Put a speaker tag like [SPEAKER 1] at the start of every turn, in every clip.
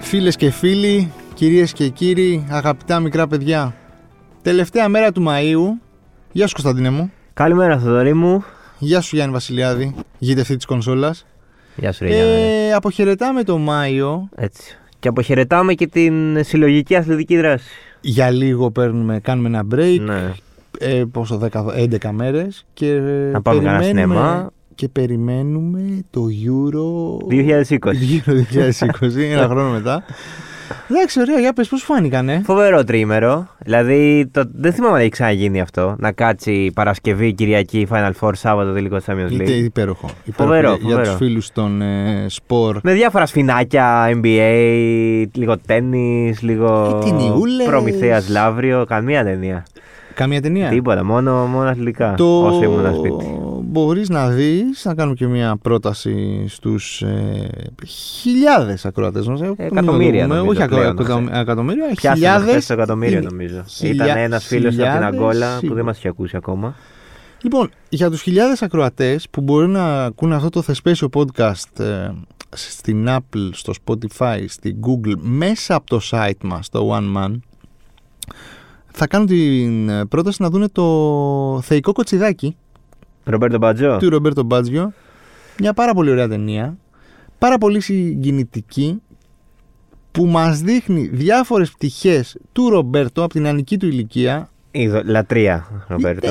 [SPEAKER 1] Φίλες και φίλοι, κυρίες και κύριοι, αγαπητά μικρά παιδιά. Τελευταία μέρα του Μαΐου. Γεια σου Κωνσταντίνε μου.
[SPEAKER 2] Καλημέρα, Θοδωρή μου.
[SPEAKER 1] Γεια σου Γιάννη Βασιλιάδη, γητευτή της κονσόλας.
[SPEAKER 2] Γεια σου, Ρίγιαννα.
[SPEAKER 1] Ε, αποχαιρετάμε το Μάιο.
[SPEAKER 2] Έτσι. Και αποχαιρετάμε και την συλλογική αθλητική δράση.
[SPEAKER 1] Για λίγο παίρνουμε, κάνουμε ένα break.
[SPEAKER 2] Ναι.
[SPEAKER 1] Ε, πόσο, 10, 11 μέρες. Και
[SPEAKER 2] Να πάμε κανένα
[SPEAKER 1] περιμένουμε-
[SPEAKER 2] σινεμά.
[SPEAKER 1] Και περιμένουμε το Euro
[SPEAKER 2] 2020.
[SPEAKER 1] Euro 2020, ένα χρόνο μετά. Εντάξει, ωραία, για πες πώς φάνηκανε.
[SPEAKER 2] Φοβερό τρίμερο. Δηλαδή, το... δεν θυμάμαι να έχει ξαναγίνει αυτό. Να κάτσει Παρασκευή, Κυριακή, Final Four, Σάββατο, τελικό της Champions
[SPEAKER 1] Είτε
[SPEAKER 2] League.
[SPEAKER 1] υπέροχο. υπέροχο.
[SPEAKER 2] Φοβερό,
[SPEAKER 1] για,
[SPEAKER 2] φοβερό.
[SPEAKER 1] Για
[SPEAKER 2] Ναι.
[SPEAKER 1] τους φίλους των ε, σπορ.
[SPEAKER 2] Με διάφορα σφινάκια, NBA, λίγο τέννη, λίγο.
[SPEAKER 1] Ε, ταινιούλες.
[SPEAKER 2] Προμηθέας Λαύριο, καμία ταινία.
[SPEAKER 1] Καμία ταινία.
[SPEAKER 2] Τίποτα, μόνο, μόνο αθλητικά.
[SPEAKER 1] το
[SPEAKER 2] Όσο ήμουν σπίτι.
[SPEAKER 1] μπορείς να δεις, να κάνουμε και μια πρόταση στους ε, χιλιάδες ακροατές μας. Ε, μην το
[SPEAKER 2] εκατομμύρια
[SPEAKER 1] δούμε,
[SPEAKER 2] νομίζω
[SPEAKER 1] Όχι ακρο-
[SPEAKER 2] πλέον,
[SPEAKER 1] εκατο-
[SPEAKER 2] χθε.
[SPEAKER 1] εκατομμύρια,
[SPEAKER 2] Πιάσαμε χθες
[SPEAKER 1] χιλιάδες.
[SPEAKER 2] το εκατομμύριο
[SPEAKER 1] είναι.
[SPEAKER 2] νομίζω.
[SPEAKER 1] Χιλιά-
[SPEAKER 2] Ήταν ένας φίλος από την
[SPEAKER 1] χιλιάδες
[SPEAKER 2] Αγκόλα που
[SPEAKER 1] σίγουρα.
[SPEAKER 2] δεν μας είχε ακούσει ακόμα.
[SPEAKER 1] Λοιπόν, για τους χιλιάδες ακροατές που μπορεί να ακούνε αυτό το θεσπέσιο podcast ε, στην Apple, στο Spotify, στην Google, μέσα από το site μας, το One Man, θα κάνω την ε, πρόταση να δούνε το θεϊκό κοτσιδάκι
[SPEAKER 2] Ρομπέρτο Μπατζό.
[SPEAKER 1] του Ρομπέρτο Μπάτζιο. Μια πάρα πολύ ωραία ταινία, πάρα πολύ συγκινητική, που μας δείχνει διάφορες πτυχές του Ρομπέρτο από την ανική του ηλικία,
[SPEAKER 2] Είδο- Λατρεία, Ρομπέρτο.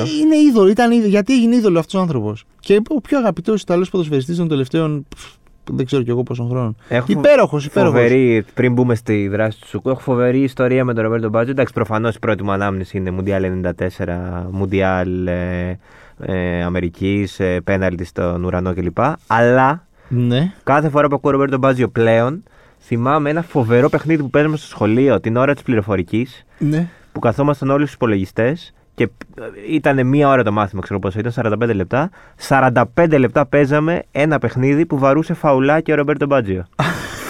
[SPEAKER 1] ε, Είναι είδωλο, ήταν είδωλο. Γιατί έγινε είδωλο αυτός ο άνθρωπος. Και ο πιο αγαπητός Ιταλό ποδοσφαιριστής των τελευταίων. πφ, δεν ξέρω κι εγώ πόσων χρόνων.
[SPEAKER 2] Έχω
[SPEAKER 1] Υπέροχος, υπέροχος.
[SPEAKER 2] Φοβερή, πριν μπούμε στη δράση του Σουκού, έχω φοβερή ιστορία με τον Ρομπέρτο Μπάτζο. Εντάξει, προφανώς η πρώτη μου ανάμνηση είναι Μουντιάλ 94, Μουντιάλ ε, ε, Αμερική, ε, πέναλτι στον ουρανό κλπ. Αλλά
[SPEAKER 1] Ναι.
[SPEAKER 2] κάθε φορά που ακούω Ρομπέρτο Μπάτζιο πλέον, θυμάμαι ένα φοβερό παιχνίδι που παίζαμε στο σχολείο την ώρα της πληροφορικής.
[SPEAKER 1] ναι.
[SPEAKER 2] που καθόμασταν όλοι στους υπολογιστές και ήταν μία ώρα το μάθημα, ξέρω πόσο ήταν, 45 λεπτά. 45 λεπτά παίζαμε ένα παιχνίδι που βαρούσε φαουλά και ο Ρομπέρτο Μπάτζιο.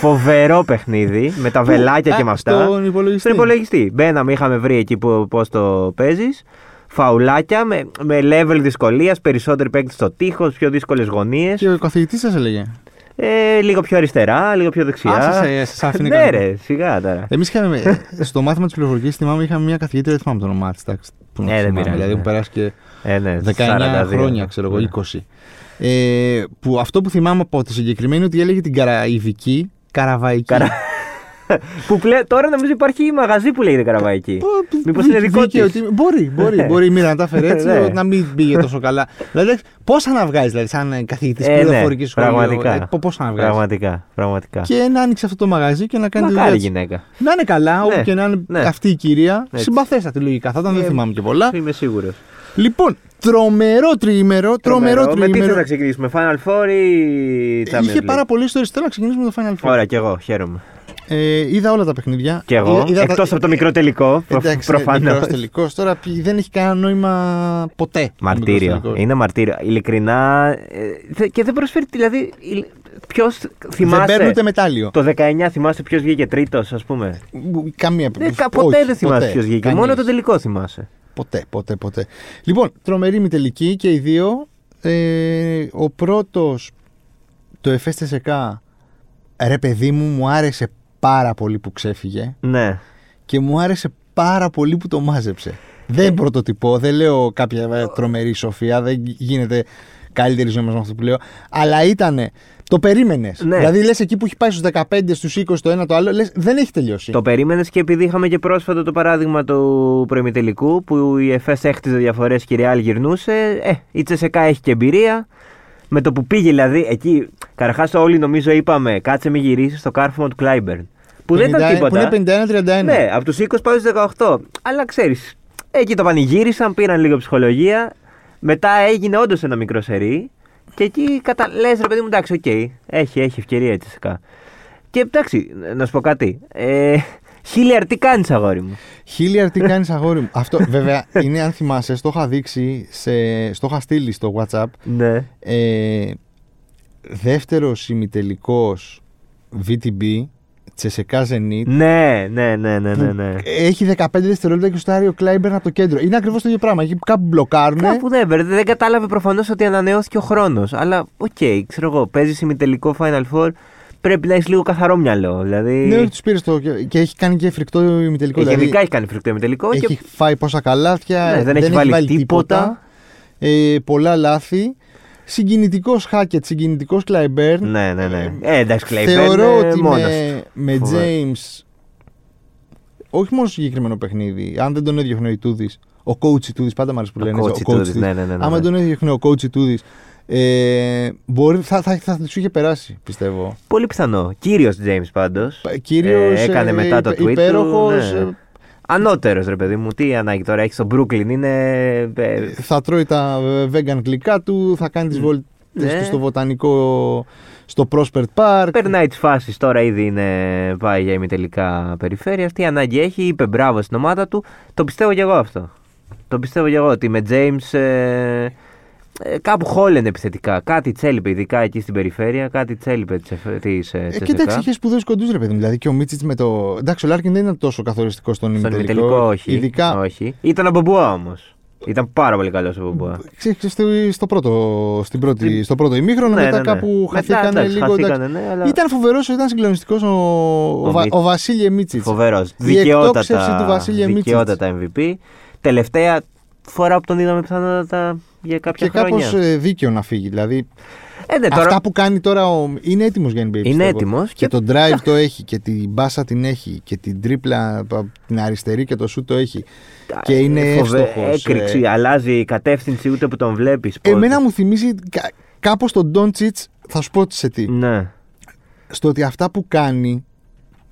[SPEAKER 2] Φοβερό παιχνίδι με τα βελάκια
[SPEAKER 1] Α,
[SPEAKER 2] και με αυτά.
[SPEAKER 1] Στον υπολογιστή.
[SPEAKER 2] Στον υπολογιστή. Μπαίναμε, είχαμε βρει εκεί που, πώς το παίζεις. Φαουλάκια με, με level δυσκολίας, περισσότεροι παίκτες στο τείχος, πιο δύσκολες γωνίες.
[SPEAKER 1] Και ο καθηγητής σας έλεγε.
[SPEAKER 2] Ε, λίγο πιο αριστερά, λίγο πιο δεξιά.
[SPEAKER 1] Α, σας- ε, σας άφηνε
[SPEAKER 2] Ναι,
[SPEAKER 1] κανένα.
[SPEAKER 2] ρε, σιγά τώρα.
[SPEAKER 1] Εμείς είχαμε. στο μάθημα της πληροφορικής θυμάμαι είχαμε μια καθηγήτρια, δεν θυμάμαι το όνομά της. Που να
[SPEAKER 2] Ε, δεν
[SPEAKER 1] θυμάμαι,
[SPEAKER 2] πειράζει,
[SPEAKER 1] Δηλαδή
[SPEAKER 2] ναι.
[SPEAKER 1] που περάσει και
[SPEAKER 2] Ε, ναι,
[SPEAKER 1] 19
[SPEAKER 2] 42.
[SPEAKER 1] χρόνια, ξέρω
[SPEAKER 2] Ναι.
[SPEAKER 1] εγώ, 20. Ε, που αυτό που θυμάμαι από τη συγκεκριμένη είναι ότι έλεγε την καραϊβική, καραβαϊκή.
[SPEAKER 2] Καρα- που πλέ... τώρα νομίζω υπάρχει μαγαζί που λέγεται Καραβαϊκή.
[SPEAKER 1] Πω,
[SPEAKER 2] Μήπως
[SPEAKER 1] δί-
[SPEAKER 2] είναι δικό
[SPEAKER 1] δίκαιο
[SPEAKER 2] της.
[SPEAKER 1] ότι- Μπορεί, μπορεί,
[SPEAKER 2] Ναι.
[SPEAKER 1] μπορεί η μοίρα να τα έφερε έτσι,
[SPEAKER 2] Ναι.
[SPEAKER 1] ότι να μην πήγε τόσο καλά. Δηλαδή, εντάξει, πώς θα να βγάζεις, δηλαδή, σαν καθηγητής
[SPEAKER 2] Ε, ναι,
[SPEAKER 1] πληροφορικής σχολή.
[SPEAKER 2] Πραγματικά.
[SPEAKER 1] Πώ θα ε, να βγάζεις.
[SPEAKER 2] Πραγματικά. πραγματικά.
[SPEAKER 1] Και να άνοιξε αυτό το μαγαζί και να κάνει τη
[SPEAKER 2] Μακάρι
[SPEAKER 1] δουλειά. της.
[SPEAKER 2] γυναίκα.
[SPEAKER 1] Να είναι καλά, όπου
[SPEAKER 2] Ναι,
[SPEAKER 1] και να είναι
[SPEAKER 2] ναι.
[SPEAKER 1] αυτή η κυρία.
[SPEAKER 2] Έτσι.
[SPEAKER 1] Συμπαθέστατη λογικά θα ήταν, δεν
[SPEAKER 2] Ε,
[SPEAKER 1] θυμάμαι και πολλά.
[SPEAKER 2] Είμαι σίγουρος.
[SPEAKER 1] Λοιπόν, τρομερό τριήμερο, τρομερό
[SPEAKER 2] Με τι θες
[SPEAKER 1] τριήμερο.
[SPEAKER 2] να ξεκινήσουμε, Final Four ή Champions
[SPEAKER 1] Είχε
[SPEAKER 2] League?
[SPEAKER 1] πάρα πολλές ιστορίες. Θέλω να ξεκινήσουμε με το Final Four.
[SPEAKER 2] Ωραία, κι εγώ χαίρομαι.
[SPEAKER 1] Ε, είδα όλα τα παιχνίδια.
[SPEAKER 2] Κι εγώ.
[SPEAKER 1] Ε, Είδα- είδα τα-
[SPEAKER 2] Εκτός από το μικρό τελικό.
[SPEAKER 1] Εντάξει, ναι,
[SPEAKER 2] Προφανώς.
[SPEAKER 1] μικρός τελικός. Τώρα πι- δεν έχει κανένα νόημα ποτέ. ο μικρός
[SPEAKER 2] Μαρτύριο.
[SPEAKER 1] τελικός.
[SPEAKER 2] Είναι μαρτύριο. Ειλικρινά. ε, δε- Και δεν προσφέρει. Δηλαδή, ποιο θυμάστε.
[SPEAKER 1] Δεν παίρνει ούτε μετάλλιο.
[SPEAKER 2] Το 19 θυμάστε ποιος βγήκε τρίτος, ας πούμε.
[SPEAKER 1] Καμία
[SPEAKER 2] Ναι, κα-
[SPEAKER 1] όχι,
[SPEAKER 2] ποτέ δεν θυμάσαι ποιος βγήκε.
[SPEAKER 1] Κανείς.
[SPEAKER 2] Μόνο το τελικό θυμάσαι.
[SPEAKER 1] Ποτέ, ποτέ, ποτέ. Λοιπόν, τρομερή μη τελική και οι δύο. Ε, ο πρώτος, το εφέστεσεκ. Ρε παιδί μου, μου άρεσε πάρα πολύ που ξέφυγε
[SPEAKER 2] Ναι.
[SPEAKER 1] και μου άρεσε πάρα πολύ που το μάζεψε.
[SPEAKER 2] Ε.
[SPEAKER 1] Δεν πρωτοτυπώ, δεν λέω κάποια ε, τρομερή σοφία, δεν γίνεται καλύτερη ζωή μας με αυτό που λέω. Αλλά ήταν. Το περίμενες.
[SPEAKER 2] Ναι.
[SPEAKER 1] Δηλαδή, λες εκεί που έχει πάει στους 15, στου 20, το ένα το άλλο, λες, δεν έχει τελειώσει.
[SPEAKER 2] Το περίμενες και επειδή είχαμε και πρόσφατα το παράδειγμα του προημιτελικού που η ΕΦΕΣ έχτιζε διαφορές και η Ρεάλ γυρνούσε. Ε, η Τσεσεκά έχει και εμπειρία. Με το που πήγε δηλαδή εκεί, καρχάς όλοι νομίζω είπαμε, κάτσε μη γυρίσεις στο κάρφωμα του Κλάιμπερν. Που δεν
[SPEAKER 1] 51,
[SPEAKER 2] ήταν τίποτα.
[SPEAKER 1] Που είναι 51-31.
[SPEAKER 2] ναι, από τους 20 πάω στους 18. Αλλά ξέρεις, εκεί το πανηγύρισαν, πήραν λίγο ψυχολογία. Μετά έγινε όντως ένα μικρό σερί. Και εκεί κατα... λες ρε παιδί μου, εντάξει, οκ. Έχει, έχει ευκαιρία η Τσεσεκά. Και εντάξει, να σου πω κάτι. Ε, Χίλιαρ, τι κάνεις, αγόρι μου.
[SPEAKER 1] Χίλιαρ, τι κάνεις αγόρι μου. Αυτό βέβαια είναι, αν θυμάσαι, στο είχα δείξει, σε, στο είχα στείλει στο WhatsApp.
[SPEAKER 2] Ναι.
[SPEAKER 1] Ε, δεύτερος ημιτελικός VTB, Τσεσεκά Zenit.
[SPEAKER 2] Ναι, ναι, ναι, ναι, ναι. ναι.
[SPEAKER 1] Έχει 15 δευτερόλεπτα και στο ο Κλάιμπερν από το κέντρο. Είναι ακριβώς το ίδιο πράγμα. Εκεί που κάπου μπλοκάρουν.
[SPEAKER 2] Κάπου δεν, βρε, δεν κατάλαβε προφανώς ότι ανανεώθηκε ο χρόνος. Αλλά οκ, ξέρω εγώ, παίζεις ημιτελικό Final Four. πρέπει να έχεις λίγο καθαρό μυαλό. Δηλαδή.
[SPEAKER 1] Ναι, όχι, τους πήρες το. Και έχει κάνει και φρικτό ημιτελικό.
[SPEAKER 2] ε,
[SPEAKER 1] δηλαδή,
[SPEAKER 2] γενικά έχει κάνει φρικτό με τελικό.
[SPEAKER 1] έχει
[SPEAKER 2] Και...
[SPEAKER 1] φάει πόσα καλάθια.
[SPEAKER 2] Ναι, δεν έχει βάλει τίποτα.
[SPEAKER 1] ε, πολλά λάθη. Συγκινητικός Χάκετ, συγκινητικό Κλαϊμπέρν.
[SPEAKER 2] Ναι, ναι, ναι. Ε, εντάξει, Κλέι,
[SPEAKER 1] Θεωρώ
[SPEAKER 2] παίρνε
[SPEAKER 1] ότι
[SPEAKER 2] ε, μόνος του.
[SPEAKER 1] με, με
[SPEAKER 2] Φοβερό.
[SPEAKER 1] James όχι μόνο συγκεκριμένο παιχνίδι, αν δεν τον έδιωχνε ο Ιτούδης, ο coach Ιτούδης, πάντα μου αρέσει που
[SPEAKER 2] Ο
[SPEAKER 1] λένε έτσι,
[SPEAKER 2] coach Ιτούδης,
[SPEAKER 1] Ιτούδης.
[SPEAKER 2] ναι, ναι, ναι, ναι,
[SPEAKER 1] Άμα
[SPEAKER 2] ναι.
[SPEAKER 1] τον έδιωχνε ο coach Ιτούδης, ε, μπορεί, θα, θα, θα, σου είχε περάσει, πιστεύω.
[SPEAKER 2] Πολύ πιθανό. Κύριος James πάντω.
[SPEAKER 1] Κύριος,
[SPEAKER 2] Ε, έκανε
[SPEAKER 1] ε,
[SPEAKER 2] μετά το
[SPEAKER 1] υπε-
[SPEAKER 2] tweet του,
[SPEAKER 1] υπέροχος,
[SPEAKER 2] ναι.
[SPEAKER 1] ε,
[SPEAKER 2] Ανώτερος, ρε παιδί μου, τι ανάγκη τώρα έχεις στον Brooklyn, είναι. ε,
[SPEAKER 1] θα τρώει τα ε, vegan γλυκά του, θα κάνει τις βόλτες
[SPEAKER 2] Ναι.
[SPEAKER 1] του στο βοτανικό, στο Prospect Park.
[SPEAKER 2] Περνάει τις φάσεις τώρα, ήδη είναι, πάει για ημιτελικά περιφέρεια. Τι ανάγκη έχει, είπε μπράβο στην ομάδα του. Το πιστεύω κι εγώ αυτό. Το πιστεύω κι εγώ ότι με James ε, ε, κάπου χόλενε επιθετικά. Κάτι τσέλιπε, ειδικά εκεί στην περιφέρεια, κάτι τσέλιπε της
[SPEAKER 1] Ε, κοίταξε, είχες σπουδαίους κοντούς, ρε παιδί μου. Δηλαδή και ο Μίτσιτ με το. Εντάξει, ο Λάρκιν δεν ήταν τόσο καθοριστικός στον
[SPEAKER 2] Στον
[SPEAKER 1] ημιτελικό.
[SPEAKER 2] ημιτελικό όχι.
[SPEAKER 1] Ειδικά
[SPEAKER 2] όχι. Ήταν ο Μπομπουά όμως. Ήταν πάρα πολύ καλός ο Μπομπουά.
[SPEAKER 1] ξέρεις, στο, στο πρώτο, στην πρώτη,
[SPEAKER 2] Στην-
[SPEAKER 1] στο πρώτο ημίχρονο,
[SPEAKER 2] Ναι,
[SPEAKER 1] μετά
[SPEAKER 2] ναι, ναι.
[SPEAKER 1] κάπου
[SPEAKER 2] Μετά,
[SPEAKER 1] χαθήκανε
[SPEAKER 2] εντάξει,
[SPEAKER 1] λίγο.
[SPEAKER 2] χαθήκανε,
[SPEAKER 1] εντάξει.
[SPEAKER 2] ναι, αλλά-
[SPEAKER 1] Ήταν φοβερός, ήταν συγκλονιστικός ο, ο, Βα-
[SPEAKER 2] Ο Μίτσιτς.
[SPEAKER 1] ο Βασίλη Μίτσιτ.
[SPEAKER 2] Φοβερός.
[SPEAKER 1] Η εκτόξευση του
[SPEAKER 2] Δικαιότατα,
[SPEAKER 1] Βασίλη Μίτσιτς.
[SPEAKER 2] δικαιότατα MVP. Τελευταία φορά που τον είδαμε πιθανότατα για κάποια
[SPEAKER 1] Και κάπως
[SPEAKER 2] χρόνια.
[SPEAKER 1] δίκαιο να φύγει. Δηλαδή,
[SPEAKER 2] Ε, ναι, τώρα-
[SPEAKER 1] αυτά που κάνει τώρα ο... είναι έτοιμος για NBA. πιστεύω.
[SPEAKER 2] έτοιμος
[SPEAKER 1] Και,
[SPEAKER 2] και-
[SPEAKER 1] το drive το έχει και την μπάσα την έχει και την τρίπλα το- την αριστερή και το σου το έχει. Και είναι
[SPEAKER 2] Ε, Φοβε-
[SPEAKER 1] εύστοχος,
[SPEAKER 2] Έκρηξη,
[SPEAKER 1] ε.
[SPEAKER 2] αλλάζει η κατεύθυνση ούτε που τον βλέπεις.
[SPEAKER 1] Εμένα μου θυμίζει κα- κάπως τον Ντόντσιτ, θα σου πω σε τι.
[SPEAKER 2] Ναι.
[SPEAKER 1] Στο ότι αυτά που κάνει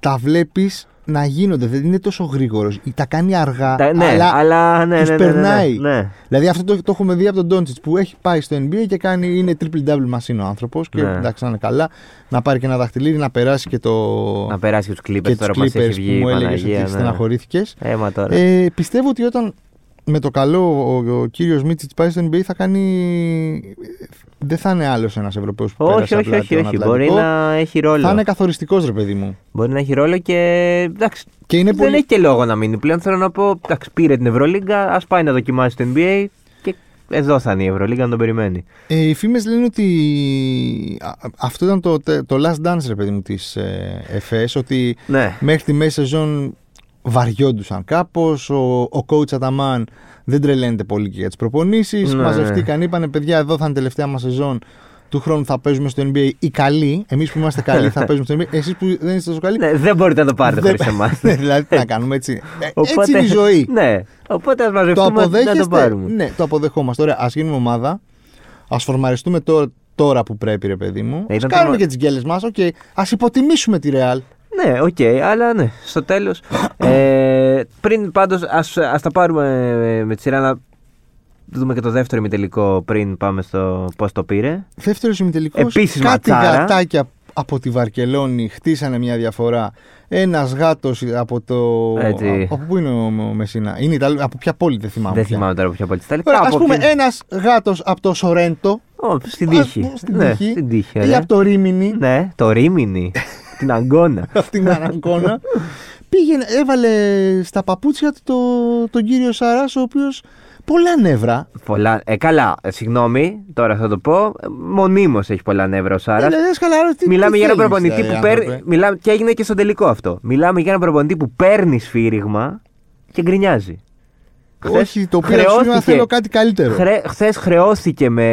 [SPEAKER 1] τα βλέπεις να γίνονται. Δεν είναι τόσο γρήγορος. Τα κάνει αργά.
[SPEAKER 2] Τα- ναι, αλλά, ναι, ναι,
[SPEAKER 1] τους
[SPEAKER 2] ναι, ναι, ναι,
[SPEAKER 1] περνάει.
[SPEAKER 2] ναι.
[SPEAKER 1] Δηλαδή αυτό το, το έχουμε δει από τον Ντόντσιτ που έχει πάει στο NBA και κάνει. Είναι triple-double μας είναι ο άνθρωπος. Και
[SPEAKER 2] Ναι.
[SPEAKER 1] εντάξει, να είναι καλά. Να πάρει και ένα δαχτυλίδι, να περάσει και το.
[SPEAKER 2] Να περάσει τους
[SPEAKER 1] και
[SPEAKER 2] κλίπε
[SPEAKER 1] τους
[SPEAKER 2] τώρα που μας
[SPEAKER 1] Clippers
[SPEAKER 2] έχει
[SPEAKER 1] που
[SPEAKER 2] βγει η
[SPEAKER 1] μου έλεγες ότι
[SPEAKER 2] Παναγία. Ναι.
[SPEAKER 1] στεναχωρήθηκες.
[SPEAKER 2] Έμα τώρα.
[SPEAKER 1] Ε, πιστεύω ότι όταν με το καλό ο, ο κύριος Μίτσιτ πάει στο NBA θα κάνει. Δεν θα είναι άλλος ένας Ευρωπαίος που
[SPEAKER 2] όχι,
[SPEAKER 1] πέρασε
[SPEAKER 2] όχι,
[SPEAKER 1] απλά
[SPEAKER 2] όχι,
[SPEAKER 1] τον
[SPEAKER 2] όχι. Μπορεί
[SPEAKER 1] Ατλαντικό.
[SPEAKER 2] να έχει
[SPEAKER 1] Θα είναι
[SPEAKER 2] ρόλο.
[SPEAKER 1] καθοριστικός ρε παιδί μου.
[SPEAKER 2] Μπορεί να έχει ρόλο και. Εντάξει,
[SPEAKER 1] Και είναι
[SPEAKER 2] δεν
[SPEAKER 1] πολύ-
[SPEAKER 2] έχει και λόγο να μείνει πλέον. Θέλω να πω, εντάξει, πήρε την Ευρωλίγκα, ας πάει να δοκιμάσει το NBA και εδώ θα είναι η Ευρωλίγκα να τον περιμένει.
[SPEAKER 1] Ε, οι φήμες λένε ότι α- α- αυτό ήταν το, τε- το last dance ρε παιδί μου της ε, ΕΦΕΣ. Ότι
[SPEAKER 2] Ναι.
[SPEAKER 1] μέχρι τη μέση σεζόν βαριόντουσαν κάπως. Ο, ο coach Αταμάν δεν τρελαίνεται πολύ και για τις προπονήσεις.
[SPEAKER 2] Ναι.
[SPEAKER 1] Μαζευτήκαν, είπανε παιδιά, εδώ θα είναι η τελευταία μας σεζόν. Του χρόνου θα παίζουμε στο NBA οι καλοί. Εμείς που είμαστε καλοί θα παίζουμε στο NBA. Εσείς που δεν είστε τόσο καλοί.
[SPEAKER 2] Ναι, δεν μπορείτε να το πάρετε
[SPEAKER 1] δεν-
[SPEAKER 2] χωρίς εμάς.
[SPEAKER 1] Ναι, δηλαδή τι να κάνουμε έτσι. Ε, Έτσι είναι η ζωή.
[SPEAKER 2] Ναι. Οπότε ας
[SPEAKER 1] το
[SPEAKER 2] μαζευτούμε να το
[SPEAKER 1] αποδέχεστε.
[SPEAKER 2] πάρουμε.
[SPEAKER 1] Ναι, το αποδεχόμαστε. Ωραία, ας γίνουμε ομάδα. Ας φορμαριστούμε τώρα, τώρα που πρέπει, ρε παιδί μου.
[SPEAKER 2] Ε,
[SPEAKER 1] Ας
[SPEAKER 2] ήταν
[SPEAKER 1] κάνουμε
[SPEAKER 2] το-
[SPEAKER 1] και τις γκέλες μας. Οκ, ας υποτιμήσουμε τη Ρεάλ.
[SPEAKER 2] Ναι, οκ, αλλά ναι, στο τέλος. ε, πριν πάντως, ας, ας τα πάρουμε ε, με τη σειρά να δούμε και το δεύτερο ημιτελικό πριν πάμε στο πώς το πήρε.
[SPEAKER 1] Δεύτερος ημιτελικός.
[SPEAKER 2] Επίσης
[SPEAKER 1] Κάτι
[SPEAKER 2] ματσάρα.
[SPEAKER 1] γατάκια από τη Βαρκελόνη χτίσανε μια διαφορά. Ένας γάτος από το.
[SPEAKER 2] Έτσι.
[SPEAKER 1] Από πού είναι ο Μεσίνα. Είναι Ιταλ... Από ποια πόλη δεν θυμάμαι.
[SPEAKER 2] Δεν
[SPEAKER 1] πια.
[SPEAKER 2] θυμάμαι τώρα από ποια πόλη της Ιταλίας.
[SPEAKER 1] Ωραία, α
[SPEAKER 2] Κάπου
[SPEAKER 1] πούμε,
[SPEAKER 2] από ποια-
[SPEAKER 1] ένας γάτος από το Σορέντο.
[SPEAKER 2] Ω, στην τύχη.
[SPEAKER 1] Ας- Στην
[SPEAKER 2] ναι,
[SPEAKER 1] τύχη. Ε,
[SPEAKER 2] στην τύχη,
[SPEAKER 1] Ή
[SPEAKER 2] ωραία.
[SPEAKER 1] από το Ρίμινι.
[SPEAKER 2] Ναι, το Ρίμινι. την Αγκώνα.
[SPEAKER 1] αυτή την αναγκώνα. Πήγαινε, έβαλε στα παπούτσια του το, τον κύριο Σαράς, ο οποίος πολλά νεύρα.
[SPEAKER 2] Πολλά. Ε, καλά, ε, συγγνώμη, τώρα θα το πω. Μονίμως έχει πολλά νεύρα ο Σάρα.
[SPEAKER 1] Δηλαδή, ένας χαλαρός, τι-
[SPEAKER 2] Μιλάμε
[SPEAKER 1] τι
[SPEAKER 2] για έναν
[SPEAKER 1] θέλεις,
[SPEAKER 2] προπονητή
[SPEAKER 1] δηλαδή,
[SPEAKER 2] που παίρνει.
[SPEAKER 1] άνθρωπε.
[SPEAKER 2] Μιλάμε... Και έγινε και στο τελικό αυτό. Μιλάμε για έναν προπονητή που παίρνει σφύριγμα και γκρινιάζει.
[SPEAKER 1] Όχι, το πήρα σου να θέλω κάτι καλύτερο.
[SPEAKER 2] Χρε... Χθες χρεώθηκε με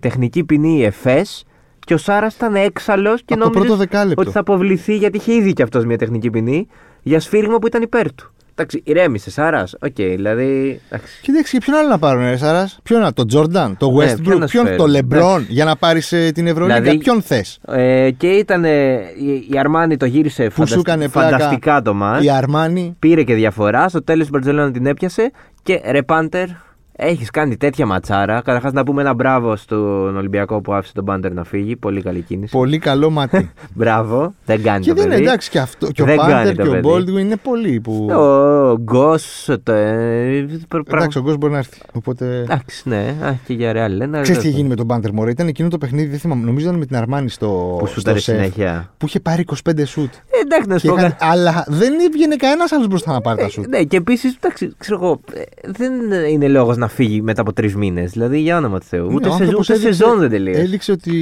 [SPEAKER 2] τεχνική ποινή η ΕΦΕΣ και ο Σάρας ήταν έξαλλος και
[SPEAKER 1] Από το πρώτο δεκάλεπτο.
[SPEAKER 2] ότι θα αποβληθεί γιατί είχε ήδη και αυτός μια τεχνική ποινή για σφύριγμα που ήταν υπέρ του. Εντάξει, ηρέμησε Σάρας. Οκ, δηλαδή. εντάξει.
[SPEAKER 1] Κοίταξε, ποιον άλλο να πάρουν, ρε Σαρά. Ποιον άλλο, τον Τζόρνταν, τον
[SPEAKER 2] Ναι, ποιον
[SPEAKER 1] Westbrook,
[SPEAKER 2] να σου
[SPEAKER 1] ποιον, τον
[SPEAKER 2] φέρουν,
[SPEAKER 1] Λεμπρόν, για να πάρεις την Ευρωλίγα.
[SPEAKER 2] Δηλαδή-
[SPEAKER 1] ποιον θες.
[SPEAKER 2] Ε, και ήταν. ε, η- η Αρμάνι το γύρισε
[SPEAKER 1] Που σου
[SPEAKER 2] φαντασ-
[SPEAKER 1] έκανε πλάκα
[SPEAKER 2] φανταστικά το μάτς.
[SPEAKER 1] Η Αρμάνι.
[SPEAKER 2] Πήρε και διαφορά. Στο τέλος η Μπαρτζελόνα την έπιασε. Και ρε Πάντερ, έχεις κάνει τέτοια ματσάρα. Καταρχάς να πούμε ένα μπράβο στον Ολυμπιακό που άφησε τον Πάντερ να φύγει. Πολύ καλή κίνηση.
[SPEAKER 1] Πολύ καλό μάτι.
[SPEAKER 2] Μπράβο. Δεν κάνει
[SPEAKER 1] και
[SPEAKER 2] το
[SPEAKER 1] δεν είναι
[SPEAKER 2] παιδί.
[SPEAKER 1] εντάξει και αυτό. Και ο
[SPEAKER 2] Ναι, δηλαδή, Δεν κάνει
[SPEAKER 1] Πάντερ
[SPEAKER 2] το
[SPEAKER 1] και ο
[SPEAKER 2] παιδί. Ε,
[SPEAKER 1] Baldwin είναι πολλοί που.
[SPEAKER 2] Ο Γκος, το. ε, προ- πρα-
[SPEAKER 1] Εντάξει, ο Γκος μπορεί να έρθει. Οπότε.
[SPEAKER 2] Εντάξει, ναι. Α, και για ρεάλ. λένε, αλλά
[SPEAKER 1] Ξέρεις τι
[SPEAKER 2] τέλος
[SPEAKER 1] είχε γίνει με τον Πάντερ Μωρέ. Ήταν εκείνο το παιχνίδι, δεν θυμάμαι. Νομίζω ήταν με την Αρμάνη στο.
[SPEAKER 2] πάντων. Που
[SPEAKER 1] στο
[SPEAKER 2] σούταρε
[SPEAKER 1] σεφ.
[SPEAKER 2] συνέχεια.
[SPEAKER 1] που είχε πάρει 25 σουτ.
[SPEAKER 2] Ε, Εντάξει, να
[SPEAKER 1] Και
[SPEAKER 2] σου πω
[SPEAKER 1] είχαν-
[SPEAKER 2] κάτι.
[SPEAKER 1] Αλλά δεν έβγαινε κανένας άλλος μπροστά να πάρει τα σουτ.
[SPEAKER 2] Ναι, και επίσης, εντάξει, ξέρω εγώ, ε, δεν είναι λόγος να φύγει μετά από τρεις μήνες. Δηλαδή, για όνομα του Θεού.
[SPEAKER 1] Ναι, ο
[SPEAKER 2] Ούτε, σε,
[SPEAKER 1] άνθρωπος
[SPEAKER 2] ούτε
[SPEAKER 1] έδειξε-
[SPEAKER 2] σεζόν δεν τελείωσε.
[SPEAKER 1] Έδειξε ότι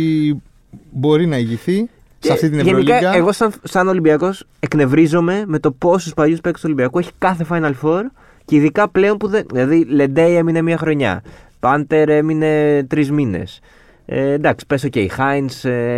[SPEAKER 1] μπορεί να ηγηθεί. σε αυτή την
[SPEAKER 2] Γενικά,
[SPEAKER 1] Ευρωλίγκα.
[SPEAKER 2] εγώ σαν, σαν Ολυμπιακός εκνευρίζομαι με το πόσους παλιούς παίκτες του Ολυμπιακού έχει κάθε Final Four και ειδικά πλέον που δεν. Δηλαδή, Λεντέι έμεινε μία χρονιά. Πάντερ έμεινε τρεις μήνες. Ε, εντάξει, πες, οκ, Χάιν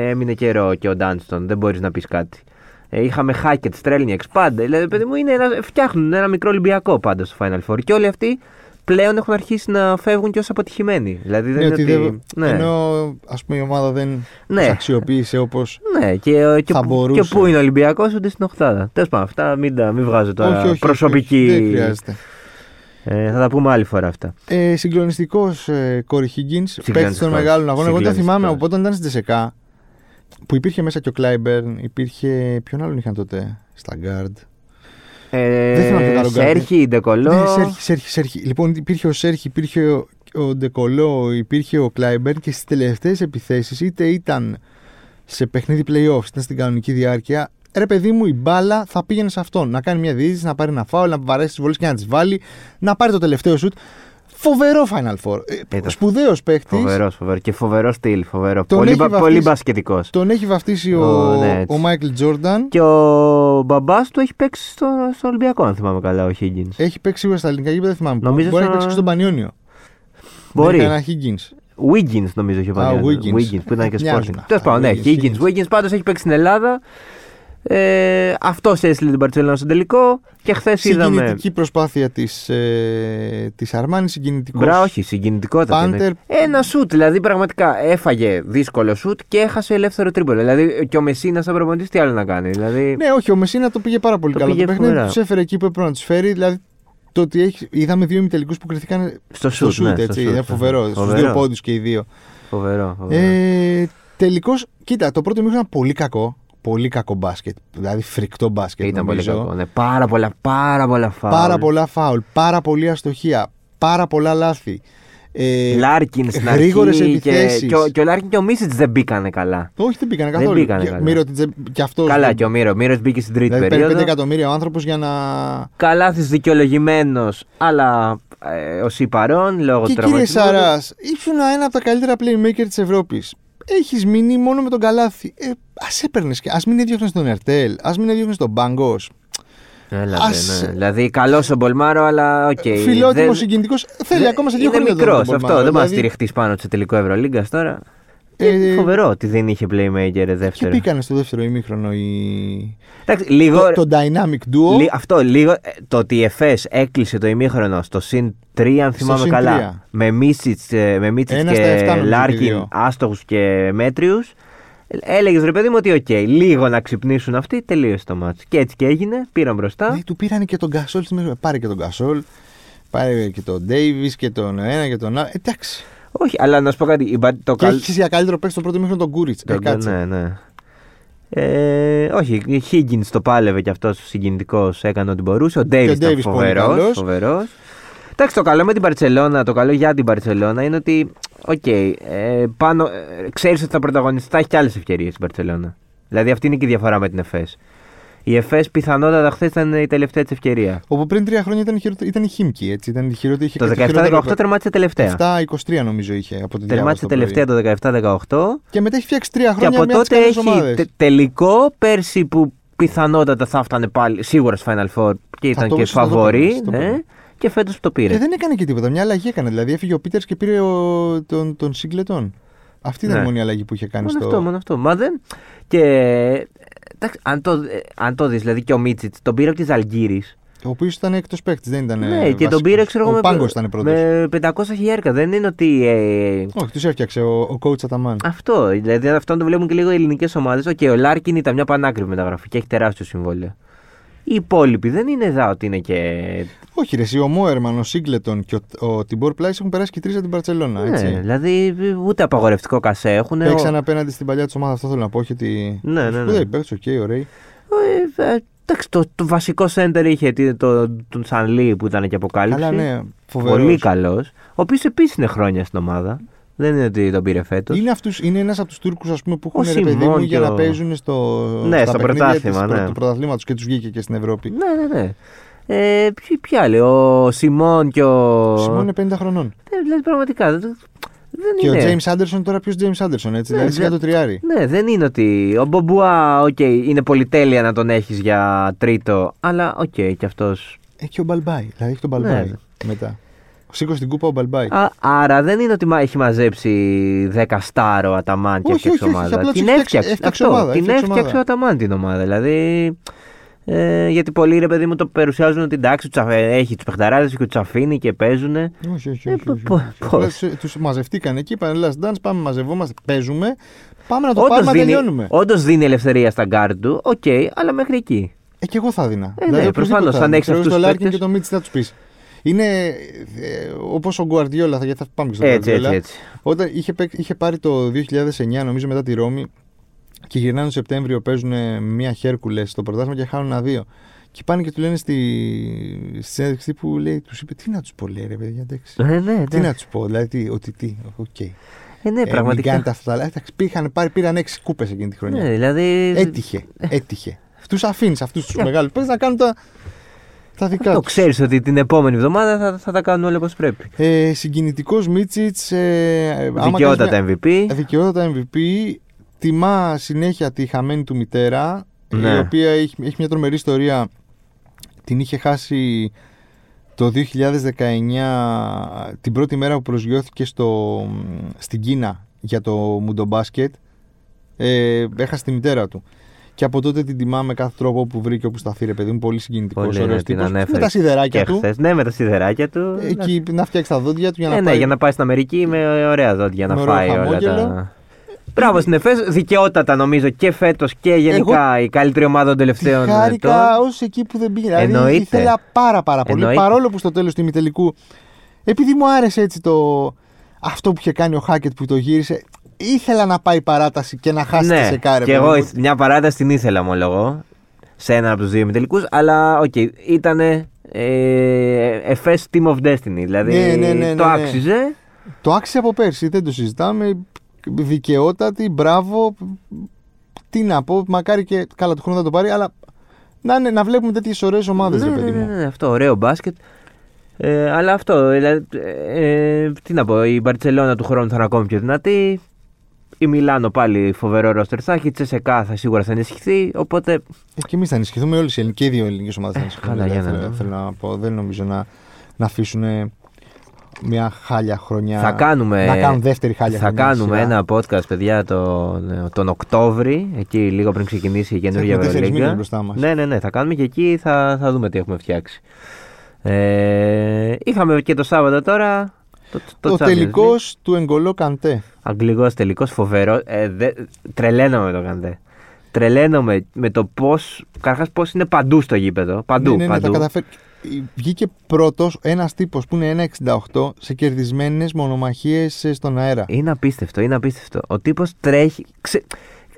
[SPEAKER 2] έμεινε καιρό και ο Ντάνστον, δεν μπορείς να πεις κάτι. Ε, είχαμε Χάκετ, Στρέλνιεξ, πάντα. Δηλαδή, παιδί μου, είναι ένα, φτιάχνουν ένα μικρό Ολυμπιακό πάντα στο Final Four. Και όλοι αυτοί πλέον έχουν αρχίσει να φεύγουν και ως αποτυχημένοι. Δηλαδή, δεν
[SPEAKER 1] Ναι,
[SPEAKER 2] είναι
[SPEAKER 1] ότι
[SPEAKER 2] ότι.
[SPEAKER 1] δεν-
[SPEAKER 2] ναι.
[SPEAKER 1] Ενώ ας πούμε, η ομάδα δεν
[SPEAKER 2] Ναι.
[SPEAKER 1] τους αξιοποίησε όπως
[SPEAKER 2] Ναι, και, και,
[SPEAKER 1] Θα
[SPEAKER 2] που-
[SPEAKER 1] μπορούσε.
[SPEAKER 2] και πού είναι ο Ολυμπιακός, ούτε στην Οχτάδα. Τέλος πάντων, αυτά μην, τα, μην βγάζω τώρα
[SPEAKER 1] όχι, όχι,
[SPEAKER 2] προσωπική.
[SPEAKER 1] όχι, δεν χρειάζεται.
[SPEAKER 2] ε, θα τα πούμε άλλη φορά αυτά.
[SPEAKER 1] Ε, Συγκλονιστικός ε, Κόρι Χίγκιν, παίκτης των
[SPEAKER 2] Συγκλονιστικός.
[SPEAKER 1] μεγάλων αγώνων. Εγώ τα θυμάμαι
[SPEAKER 2] Συγκλονιστικός.
[SPEAKER 1] από όταν ήταν στην Τζεσεκά που υπήρχε μέσα και ο Κλάιμπερν, υπήρχε. Ποιον άλλον είχαν τότε στα Γκάρντ.
[SPEAKER 2] Ε,
[SPEAKER 1] Δεν θυμάμαι καλό κάτι.
[SPEAKER 2] Σέρχη, Ντεκολό.
[SPEAKER 1] Ναι, Σέρχη, Σέρχη, Σέρχη. Λοιπόν, υπήρχε ο Σέρχη, υπήρχε ο, ο Ντεκολό, υπήρχε ο Κλάιμπερν και στις τελευταίες επιθέσεις είτε ήταν σε παιχνίδι playoffs, ήταν στην κανονική διάρκεια. Ρε παιδί μου, η μπάλα θα πήγαινε σε αυτόν. Να κάνει μια διείσδυση, να πάρει ένα φάουλ, να βαρέσει τις βολές και να τις βάλει, να πάρει το τελευταίο σουτ. Φοβερό Final Four. Ε,
[SPEAKER 2] Ήταν.
[SPEAKER 1] Σπουδαίος παίχτη.
[SPEAKER 2] Φοβερός, φοβερό. Και φοβερό στυλ. Φοβερό.
[SPEAKER 1] Τον
[SPEAKER 2] Πολύ,
[SPEAKER 1] έχει
[SPEAKER 2] μπα,
[SPEAKER 1] βαφτίσει.
[SPEAKER 2] πολύ μπασκετικό.
[SPEAKER 1] Τον έχει βαφτίσει ο,
[SPEAKER 2] Ο, ναι, έτσι.
[SPEAKER 1] ο Μάικλ Τζόρνταν.
[SPEAKER 2] Και ο μπαμπάς του έχει παίξει στο, στο Ολυμπιακό, αν θυμάμαι καλά, ο Χίγκιν.
[SPEAKER 1] Έχει παίξει σίγουρα στα ελληνικά γήπεδα, δεν θυμάμαι.
[SPEAKER 2] Νομίζω
[SPEAKER 1] Μπορεί να
[SPEAKER 2] στα-
[SPEAKER 1] παίξει και στον Πανιόνιο.
[SPEAKER 2] Μπορεί.
[SPEAKER 1] Ένα Higgins.
[SPEAKER 2] Wiggins νομίζω είχε
[SPEAKER 1] Α,
[SPEAKER 2] πάει.
[SPEAKER 1] Wiggins.
[SPEAKER 2] που ήταν και
[SPEAKER 1] Μοιάζουν
[SPEAKER 2] Sporting.
[SPEAKER 1] αυτά,
[SPEAKER 2] Τέλο πάντων, ναι,
[SPEAKER 1] Wiggins,
[SPEAKER 2] Higgins.
[SPEAKER 1] Higgins.
[SPEAKER 2] Wiggins πάντως έχει παίξει στην Ελλάδα. Ε, Αυτός έστειλε την Παρσελόνα στο τελικό και χθες είδαμε.
[SPEAKER 1] Συγκινητική προσπάθεια της ε, της Αρμάνη, συγκινητικός.
[SPEAKER 2] Μπρά, όχι, συγκινητικότατα.
[SPEAKER 1] Πάντερ.
[SPEAKER 2] είναι. Ένα σουτ, δηλαδή πραγματικά έφαγε δύσκολο σουτ και έχασε ελεύθερο τρίπολο. Δηλαδή και ο Μεσίνα σαν προπονητής τι άλλο να κάνει. Δηλαδή,
[SPEAKER 1] Ναι, όχι, ο Μεσίνα το πήγε πάρα πολύ
[SPEAKER 2] Το
[SPEAKER 1] καλά.
[SPEAKER 2] πήγε
[SPEAKER 1] το παιχνίδι
[SPEAKER 2] φοβερά.
[SPEAKER 1] τους έφερε εκεί που έπρεπε να τους φέρει. Δηλαδή, το ότι έχει, είδαμε δύο ημιτελικούς που κριθήκαν στο
[SPEAKER 2] στο σουτ,
[SPEAKER 1] σουτ,
[SPEAKER 2] ναι, στο
[SPEAKER 1] έτσι.
[SPEAKER 2] σουτ,
[SPEAKER 1] είναι
[SPEAKER 2] ναι.
[SPEAKER 1] φοβερό. Στους
[SPEAKER 2] Φοβερό,
[SPEAKER 1] δύο πόντους και οι δύο.
[SPEAKER 2] Φοβερό, φοβερό.
[SPEAKER 1] Ε, Τελικώς, κοίτα, το πρώτο μήχρονο ήταν πολύ κακό. Πολύ κακό μπάσκετ. Δηλαδή, φρικτό μπάσκετ.
[SPEAKER 2] Ήταν πολύ
[SPEAKER 1] νομίζω.
[SPEAKER 2] κακό. Ναι. Πάρα πολλά, πάρα πολλά φάουλ.
[SPEAKER 1] Πάρα πολλά φάουλ, πάρα πολλή αστοχία, πάρα πολλά λάθη. Ε,
[SPEAKER 2] Λάρκιν στην
[SPEAKER 1] γρήγορες
[SPEAKER 2] αρχή. Και,
[SPEAKER 1] επιθέσεις.
[SPEAKER 2] και, ο- και ο Λάρκιν και ο Μίσιτ δεν μπήκανε καλά.
[SPEAKER 1] όχι, δεν πήγανε
[SPEAKER 2] Δεν
[SPEAKER 1] καθόλου.
[SPEAKER 2] πήγανε
[SPEAKER 1] Και-
[SPEAKER 2] καλά.
[SPEAKER 1] Μύρο την τζε- και αυτός
[SPEAKER 2] Καλά
[SPEAKER 1] δεν-
[SPEAKER 2] και ο Μύρο. Ο Μύρος μπήκε στην τρίτη
[SPEAKER 1] Δηλαδή παίρνει 5
[SPEAKER 2] περίοδο.
[SPEAKER 1] εκατομμύρια ο άνθρωπος για να.
[SPEAKER 2] Καλάθης δικαιολογημένος, αλλά ε, ο Σιπαρών λόγω
[SPEAKER 1] και
[SPEAKER 2] του
[SPEAKER 1] κύριε
[SPEAKER 2] τραυματισμού.
[SPEAKER 1] Σαράς, ήσουν ένα από τα καλύτερα playmaker της Ευρώπης. Έχεις μείνει μόνο με τον καλάθι. Ε, ας έπαιρνες και. Ας μην έδιωχνες τον Ερτέλ, ας μην έδιωχνες τον Μπάγκος.
[SPEAKER 2] Έλα,
[SPEAKER 1] Ας-
[SPEAKER 2] ναι. Δηλαδή καλός ο Μπολμάρο, αλλά οκ.
[SPEAKER 1] Okay,
[SPEAKER 2] Okay,
[SPEAKER 1] Φιλότιμο, συγκινητικός. Θέλει ακόμα σε δύο
[SPEAKER 2] Ε, είναι
[SPEAKER 1] χρόνια. τον
[SPEAKER 2] μικρός
[SPEAKER 1] Μπολμάρο.
[SPEAKER 2] αυτό. Δεν μπορεί να
[SPEAKER 1] Δηλαδή,
[SPEAKER 2] στηριχτείς πάνω σε τελικό Ευρωλίγκας τώρα.
[SPEAKER 1] Ε,
[SPEAKER 2] Ε, φοβερό ότι δεν είχε playmaker ε,
[SPEAKER 1] Και
[SPEAKER 2] δεύτερο.
[SPEAKER 1] πήκανε στο δεύτερο ημίχρονο η...
[SPEAKER 2] Εντάξει, λίγο.
[SPEAKER 1] το, το Dynamic Duo.
[SPEAKER 2] λι- αυτό λίγο. ε, Το ότι η ΕΦΕΣ έκλεισε το ημίχρονο στο συν 3, αν θυμάμαι
[SPEAKER 1] συν
[SPEAKER 2] καλά.
[SPEAKER 1] τρία.
[SPEAKER 2] Με Μίτσιτ με Μίτσιτς
[SPEAKER 1] Ένα στα εφτά,
[SPEAKER 2] και
[SPEAKER 1] νομίζω, οι
[SPEAKER 2] Λάρκιν,
[SPEAKER 1] δύο.
[SPEAKER 2] άστοχους και μέτριους. Έλεγες ρε παιδί μου ότι οκ, λίγο να ξυπνήσουν αυτοί, τελείωσε το μάτσο. Και έτσι και έγινε, πήραν μπροστά.
[SPEAKER 1] Ναι, του πήρανε και τον Κασόλ στη μέση. Πάρε και τον Κασόλ. Πάρε και τον Ντέιβις και τον ένα και τον άλλο. Ε, Εντάξει.
[SPEAKER 2] Όχι, αλλά να σου πω κάτι. η Μπα- Το
[SPEAKER 1] Και
[SPEAKER 2] καλ-
[SPEAKER 1] έχεις για καλύτερο παίκτη στο πρώτο μήχρονο τον Κούριτ.
[SPEAKER 2] Το- ναι, ναι. Ε, όχι, η Higgins το πάλευε και αυτός ο συγκινητικός έκανε ό,τι μπορούσε. Ο Ντέιβι ήταν
[SPEAKER 1] Davis πολύ
[SPEAKER 2] φοβερός.
[SPEAKER 1] καλός.
[SPEAKER 2] Εντάξει, το καλό με την Παρσελώνα, το καλό για την Παρσελώνα είναι ότι. Οκ, ε, πάνω, ε, ξέρεις ότι θα πρωταγωνιστεί, θα έχει και άλλες ευκαιρίες στην Παρσελώνα. Δηλαδή αυτή είναι και η διαφορά με την ΕΦΕΣ. Η ΕΦΕΣ πιθανότατα χθες ήταν η τελευταία της ευκαιρία.
[SPEAKER 1] Όπου πριν τρία χρόνια ήταν, χειροτε- ήταν η Χίμκι, έτσι. Ήταν η χειρότερη. Είχε
[SPEAKER 2] Το
[SPEAKER 1] κάτι
[SPEAKER 2] 17-18
[SPEAKER 1] χειρότερο-
[SPEAKER 2] τερμάτισε τελευταία.
[SPEAKER 1] 7-23 νομίζω είχε από την
[SPEAKER 2] Τερμάτισε τελευταία το 17-18.
[SPEAKER 1] Και μετά έχει φτιάξει τρία
[SPEAKER 2] Και
[SPEAKER 1] χρόνια
[SPEAKER 2] από
[SPEAKER 1] μια από
[SPEAKER 2] τότε
[SPEAKER 1] τις
[SPEAKER 2] έχει
[SPEAKER 1] ομάδες.
[SPEAKER 2] τε- τελικό πέρσι που πιθανότατα θα φτάνε πάλι σίγουρα στο Final Four και ήταν
[SPEAKER 1] το
[SPEAKER 2] και
[SPEAKER 1] βρίσκω, θα το
[SPEAKER 2] φαβορή.
[SPEAKER 1] παίρνεις, το
[SPEAKER 2] ναι,
[SPEAKER 1] παίρνεις.
[SPEAKER 2] και φέτος το πήρε.
[SPEAKER 1] Και Ε, δεν έκανε και τίποτα. Μια αλλαγή έκανε. Δηλαδή έφυγε ο Πίτερ και πήρε ο... τον, τον Σίγκλετον. Αυτή ήταν
[SPEAKER 2] Ναι.
[SPEAKER 1] η μόνη αλλαγή που είχε κάνει
[SPEAKER 2] μόνο
[SPEAKER 1] στο.
[SPEAKER 2] αυτό, μόνο αυτό. Μα δεν. Και. Εντάξει, αν το, ε, αν το δεις, δηλαδή και ο Μίτσιτ τον πήρε από τη Ζαλγκύρη.
[SPEAKER 1] Ο οποίος ήταν εκτό παίκτης, δεν ήταν.
[SPEAKER 2] Ναι,
[SPEAKER 1] ε,
[SPEAKER 2] και τον
[SPEAKER 1] βασικός.
[SPEAKER 2] πήρε, ξέρω εγώ,
[SPEAKER 1] Ο
[SPEAKER 2] με-
[SPEAKER 1] Πάγκος ήταν πρώτο.
[SPEAKER 2] με 500 χιλιάρικα. Δεν είναι ότι. ε,
[SPEAKER 1] Όχι, τους έφτιαξε ο, ο coach Αταμάν.
[SPEAKER 2] αυτό. Δηλαδή αυτό το βλέπουν και λίγο οι ελληνικές ομάδες. Οκ, ο Λάρκιν ήταν μια πανάκριβη μεταγραφή και έχει τεράστιο συμβόλαιο. Οι υπόλοιποι δεν είναι εδώ ότι είναι και
[SPEAKER 1] Όχι, ρε, εσύ, ο Μόερμαν, ο Σίγκλετον και ο, ο Τιμπορ Πλάις έχουν περάσει και τρεις από την Παρσελώνα.
[SPEAKER 2] Ναι,
[SPEAKER 1] έτσι. Ε,
[SPEAKER 2] δηλαδή ούτε απαγορευτικό κασέ έχουν.
[SPEAKER 1] Παίξαν απέναντι στην παλιά τους ομάδα, αυτό θέλω να πω. Όχι ότι.
[SPEAKER 2] Ναι, ναι, ναι.
[SPEAKER 1] Σπουδαίοι παίκτες, οκ, ωραίοι.
[SPEAKER 2] Ο- ε, ε, Εντάξει, το, το βασικό center είχε τι- το, τον Σανλή που ήταν και αποκάλυψη.
[SPEAKER 1] Καλά, ναι, φοβερός.
[SPEAKER 2] Πολύ καλός. Ο οποίος επίσης είναι χρόνια στην ομάδα. Δεν είναι ότι τον πήρε φέτος.
[SPEAKER 1] Είναι, αυτούς, είναι ένας από τους Τούρκους ας πούμε, που
[SPEAKER 2] Ο
[SPEAKER 1] έχουν ρε παιδί μου
[SPEAKER 2] Σιμών
[SPEAKER 1] για
[SPEAKER 2] και
[SPEAKER 1] να
[SPEAKER 2] ο-
[SPEAKER 1] παίζουν στο,
[SPEAKER 2] Ναι,
[SPEAKER 1] στα
[SPEAKER 2] στο
[SPEAKER 1] παιχνίδια
[SPEAKER 2] πρωτάθλημα,
[SPEAKER 1] της,
[SPEAKER 2] ναι.
[SPEAKER 1] του πρωταθλήματος και τους βγήκε και στην Ευρώπη.
[SPEAKER 2] Ναι, ναι, ναι. Ε, ποιοι, ποιοι άλλοι, ο Σιμών και ο.
[SPEAKER 1] Ο Σιμών είναι 50 χρονών.
[SPEAKER 2] Ε, δηλαδή πραγματικά. δεν- δεν
[SPEAKER 1] Και ο
[SPEAKER 2] είναι.
[SPEAKER 1] James Anderson τώρα ποιος James Anderson, έτσι.
[SPEAKER 2] Ναι,
[SPEAKER 1] δηλαδή, σιγά
[SPEAKER 2] δεν-
[SPEAKER 1] το τριάρι.
[SPEAKER 2] Ναι, δεν είναι ότι. Ο Μπομπουά, οκ, είναι πολυτέλεια να τον έχεις για τρίτο, αλλά οκ, και αυτός.
[SPEAKER 1] Ε, και ο Μπαλμπάι. Δηλαδή έχει τον Μπαλμπάι
[SPEAKER 2] Ναι.
[SPEAKER 1] μετά. Σήκωσε την κούπα ο Μπαλμπάι.
[SPEAKER 2] Άρα δεν είναι ότι μα- έχει μαζέψει 10 στάρο ο Αταμάν και
[SPEAKER 1] Όχι,
[SPEAKER 2] έφτιαξε
[SPEAKER 1] όχι, όχι,
[SPEAKER 2] ομάδα.
[SPEAKER 1] απλά τους
[SPEAKER 2] την
[SPEAKER 1] έφτιαξε-
[SPEAKER 2] έφτιαξε.
[SPEAKER 1] έφτιαξε
[SPEAKER 2] αυτό,
[SPEAKER 1] ομάδα,
[SPEAKER 2] Την
[SPEAKER 1] έφτιαξε
[SPEAKER 2] έφτιαξε
[SPEAKER 1] ομάδα.
[SPEAKER 2] ο Αταμάν την ομάδα. Δηλαδή. Ε, γιατί πολλοί ρε παιδί μου το παρουσιάζουν ότι εντάξει, τους αφ- έχει τους παιχταράδες και τους αφήνει και παίζουν.
[SPEAKER 1] Όχι, όχι,
[SPEAKER 2] Ε,
[SPEAKER 1] όχι. όχι,
[SPEAKER 2] πο-
[SPEAKER 1] όχι.
[SPEAKER 2] πώς.
[SPEAKER 1] Απλά τους- ε, Τους μαζευτήκαν εκεί, είπαν Last Dance, πάμε, μαζευόμαστε, παίζουμε. Πάμε να το
[SPEAKER 2] Όντως
[SPEAKER 1] πάρουμε, να
[SPEAKER 2] δίνει,
[SPEAKER 1] τελειώνουμε.
[SPEAKER 2] όντως δίνει ελευθερία στα γκάρντ του, οκ, αλλά μέχρι εκεί.
[SPEAKER 1] Ε, και εγώ θα δίνα.
[SPEAKER 2] Ε, ναι, προφανώς, αν έχεις αυτούς
[SPEAKER 1] Το
[SPEAKER 2] τους
[SPEAKER 1] Λάρκιν και
[SPEAKER 2] παίκτες.
[SPEAKER 1] το Μίτσι θα τους πεις. Είναι ε, όπως ο Γκουαρδιόλα, θα, γιατί θα πάμε και στον
[SPEAKER 2] Έτσι, έτσι,
[SPEAKER 1] Guardiola.
[SPEAKER 2] έτσι.
[SPEAKER 1] Όταν είχε, παίκ- είχε πάρει το 2009, νομίζω μετά τη Ρώμη, και γυρνάνε το Σεπτέμβριο, παίζουν ε, μία Χέρκουλες στο πρωτάθλημα και χάνουν ένα δύο. Και πάνε και του λένε στη, στη συνέντευξη που λέει, τους είπε, Τι να τους πω, λέει ρε παιδιά, εντάξει.
[SPEAKER 2] Ε, ναι,
[SPEAKER 1] τι
[SPEAKER 2] ναι.
[SPEAKER 1] να τους πω, δηλαδή, τι, ότι τι, οκ. Okay.
[SPEAKER 2] Ε, ναι,
[SPEAKER 1] μην
[SPEAKER 2] πραγματικά.
[SPEAKER 1] κάνετε αυτά τα λάθη. Εντάξει, Πήγαν, πάρει, πήραν έξι κούπες εκείνη τη χρονιά.
[SPEAKER 2] ναι, δηλαδή.
[SPEAKER 1] Έτυχε. Έτυχε. Τους αφήνεις αυτούς τους μεγάλου παίκτε να κάνουν τα, τα δικά
[SPEAKER 2] Το
[SPEAKER 1] τους.
[SPEAKER 2] ξέρεις ότι την επόμενη εβδομάδα θα, θα τα κάνουν όλα όπως πρέπει.
[SPEAKER 1] Ε, Συγκινητικός Μίτσιτ. Ε, άμα κάνεις
[SPEAKER 2] Δικαιότατα
[SPEAKER 1] μια-
[SPEAKER 2] MVP.
[SPEAKER 1] Δικαιότατα MVP. Τιμά συνέχεια τη χαμένη του μητέρα.
[SPEAKER 2] Ναι.
[SPEAKER 1] Η οποία έχει, έχει μια τρομερή ιστορία. Την είχε χάσει το 2019 την πρώτη μέρα που προσγειώθηκε στο, στην Κίνα για το μουντομπάσκετ ε, έχασε τη μητέρα του. Και από τότε την τιμά με κάθε τρόπο που βρήκε όπου σταθεί, ρε παιδί μου. Πολύ συγκινητικός.
[SPEAKER 2] Πολύ, ναι,
[SPEAKER 1] ωραίο
[SPEAKER 2] την
[SPEAKER 1] τύπος. Με
[SPEAKER 2] ανέφερες
[SPEAKER 1] τα σιδεράκια
[SPEAKER 2] Και
[SPEAKER 1] του.
[SPEAKER 2] χθες. Ναι, με τα σιδεράκια του.
[SPEAKER 1] Εκεί να φτιάξει τα δόντια του για να
[SPEAKER 2] Ε, ναι,
[SPEAKER 1] πάει.
[SPEAKER 2] για να πάει στην Αμερική με ωραία δόντια να
[SPEAKER 1] Με ωραίο
[SPEAKER 2] φάει όλα
[SPEAKER 1] χαμόγελο.
[SPEAKER 2] τα. Μπράβο στην ΕΦΕΣ, δικαιότατα νομίζω και φέτος και γενικά η καλύτερη ομάδα των
[SPEAKER 1] Τη
[SPEAKER 2] τελευταίων
[SPEAKER 1] χάρηκα
[SPEAKER 2] ετών.
[SPEAKER 1] ως εκεί που δεν πήγε. Δηλαδή
[SPEAKER 2] ε, Εννοείται.
[SPEAKER 1] ήθελα πάρα πάρα πολύ.
[SPEAKER 2] Εννοείται.
[SPEAKER 1] Παρόλο που στο τέλος του ημιτελικού. Επειδή μου άρεσε έτσι το. Αυτό που είχε κάνει ο Χάκετ που το γύρισε. Ήθελα να πάει παράταση και να χάσει τη
[SPEAKER 2] Ναι,
[SPEAKER 1] σεκάρε.
[SPEAKER 2] και εγώ ήθ- μια παράταση την ήθελα, ομολογώ. Σε έναν από τους δύο ημιτελικούς, αλλά οκ, ήταν ε, FS Team of Destiny. Δηλαδή
[SPEAKER 1] Ναι, ναι, ναι,
[SPEAKER 2] το
[SPEAKER 1] ναι, ναι.
[SPEAKER 2] άξιζε.
[SPEAKER 1] Το άξιζε από πέρσι, δεν το συζητάμε. Δικαιότατη, μπράβο. Τι να πω, μακάρι και καλά του χρόνου θα το πάρει, αλλά να, είναι- να βλέπουμε τέτοιες ωραίες ομάδες,
[SPEAKER 2] ναι,
[SPEAKER 1] ρε παιδί
[SPEAKER 2] ναι,
[SPEAKER 1] μου.
[SPEAKER 2] ναι, ναι, αυτό, ωραίο μπάσκετ. Ε, αλλά αυτό, δηλαδή, ε, ε, τι να πω, η Μπαρτσελώνα του χρόνου θα είναι ακόμη πιο δυνατή. Η Μιλάνο πάλι φοβερό ρόστερ θα έχει. Η Τσεσεκά θα σίγουρα θα ενισχυθεί. Οπότε.
[SPEAKER 1] Ε, και εμείς θα ενισχυθούμε όλοι οι ελληνικοί, και οι δύο ελληνικές ομάδες θα
[SPEAKER 2] Ε,
[SPEAKER 1] ενισχυθούν.
[SPEAKER 2] καλά,
[SPEAKER 1] δηλαδή,
[SPEAKER 2] για να
[SPEAKER 1] θέλω,
[SPEAKER 2] δούμε.
[SPEAKER 1] θέλω να πω, δεν νομίζω να, να αφήσουν ε, μια χάλια χρονιά.
[SPEAKER 2] Θα κάνουμε-
[SPEAKER 1] Να κάνουν δεύτερη χάλια
[SPEAKER 2] θα
[SPEAKER 1] χρονιά.
[SPEAKER 2] κάνουμε
[SPEAKER 1] σειρά.
[SPEAKER 2] ένα podcast, παιδιά, τον, ε, τον Οκτώβρη, εκεί λίγο πριν ξεκινήσει η καινούργια
[SPEAKER 1] έχουμε τέσσερις μήνες
[SPEAKER 2] Ευρωλίγκα.
[SPEAKER 1] μπροστά μας.
[SPEAKER 2] Ναι, ναι, ναι, θα κάνουμε και εκεί θα, θα δούμε τι έχουμε φτιάξει. Ε, είχαμε και το Σάββατο τώρα. Το, το,
[SPEAKER 1] Το
[SPEAKER 2] Champions League.
[SPEAKER 1] τελικός του Εγκολό Καντέ.
[SPEAKER 2] Αγγλικός τελικός, φοβερό. Ε, δε, τρελαίνομαι με το Καντέ. Τρελαίνομαι με το πώς. Καταρχάς, πώς είναι παντού στο γήπεδο. Παντού.
[SPEAKER 1] ναι, ναι, ναι,
[SPEAKER 2] παντού.
[SPEAKER 1] τα καταφέρει. Ε, Βγήκε πρώτος ένας τύπος που είναι 1,68 σε κερδισμένες μονομαχίες στον αέρα.
[SPEAKER 2] Είναι απίστευτο, είναι απίστευτο. Ο τύπος τρέχει. Ξε...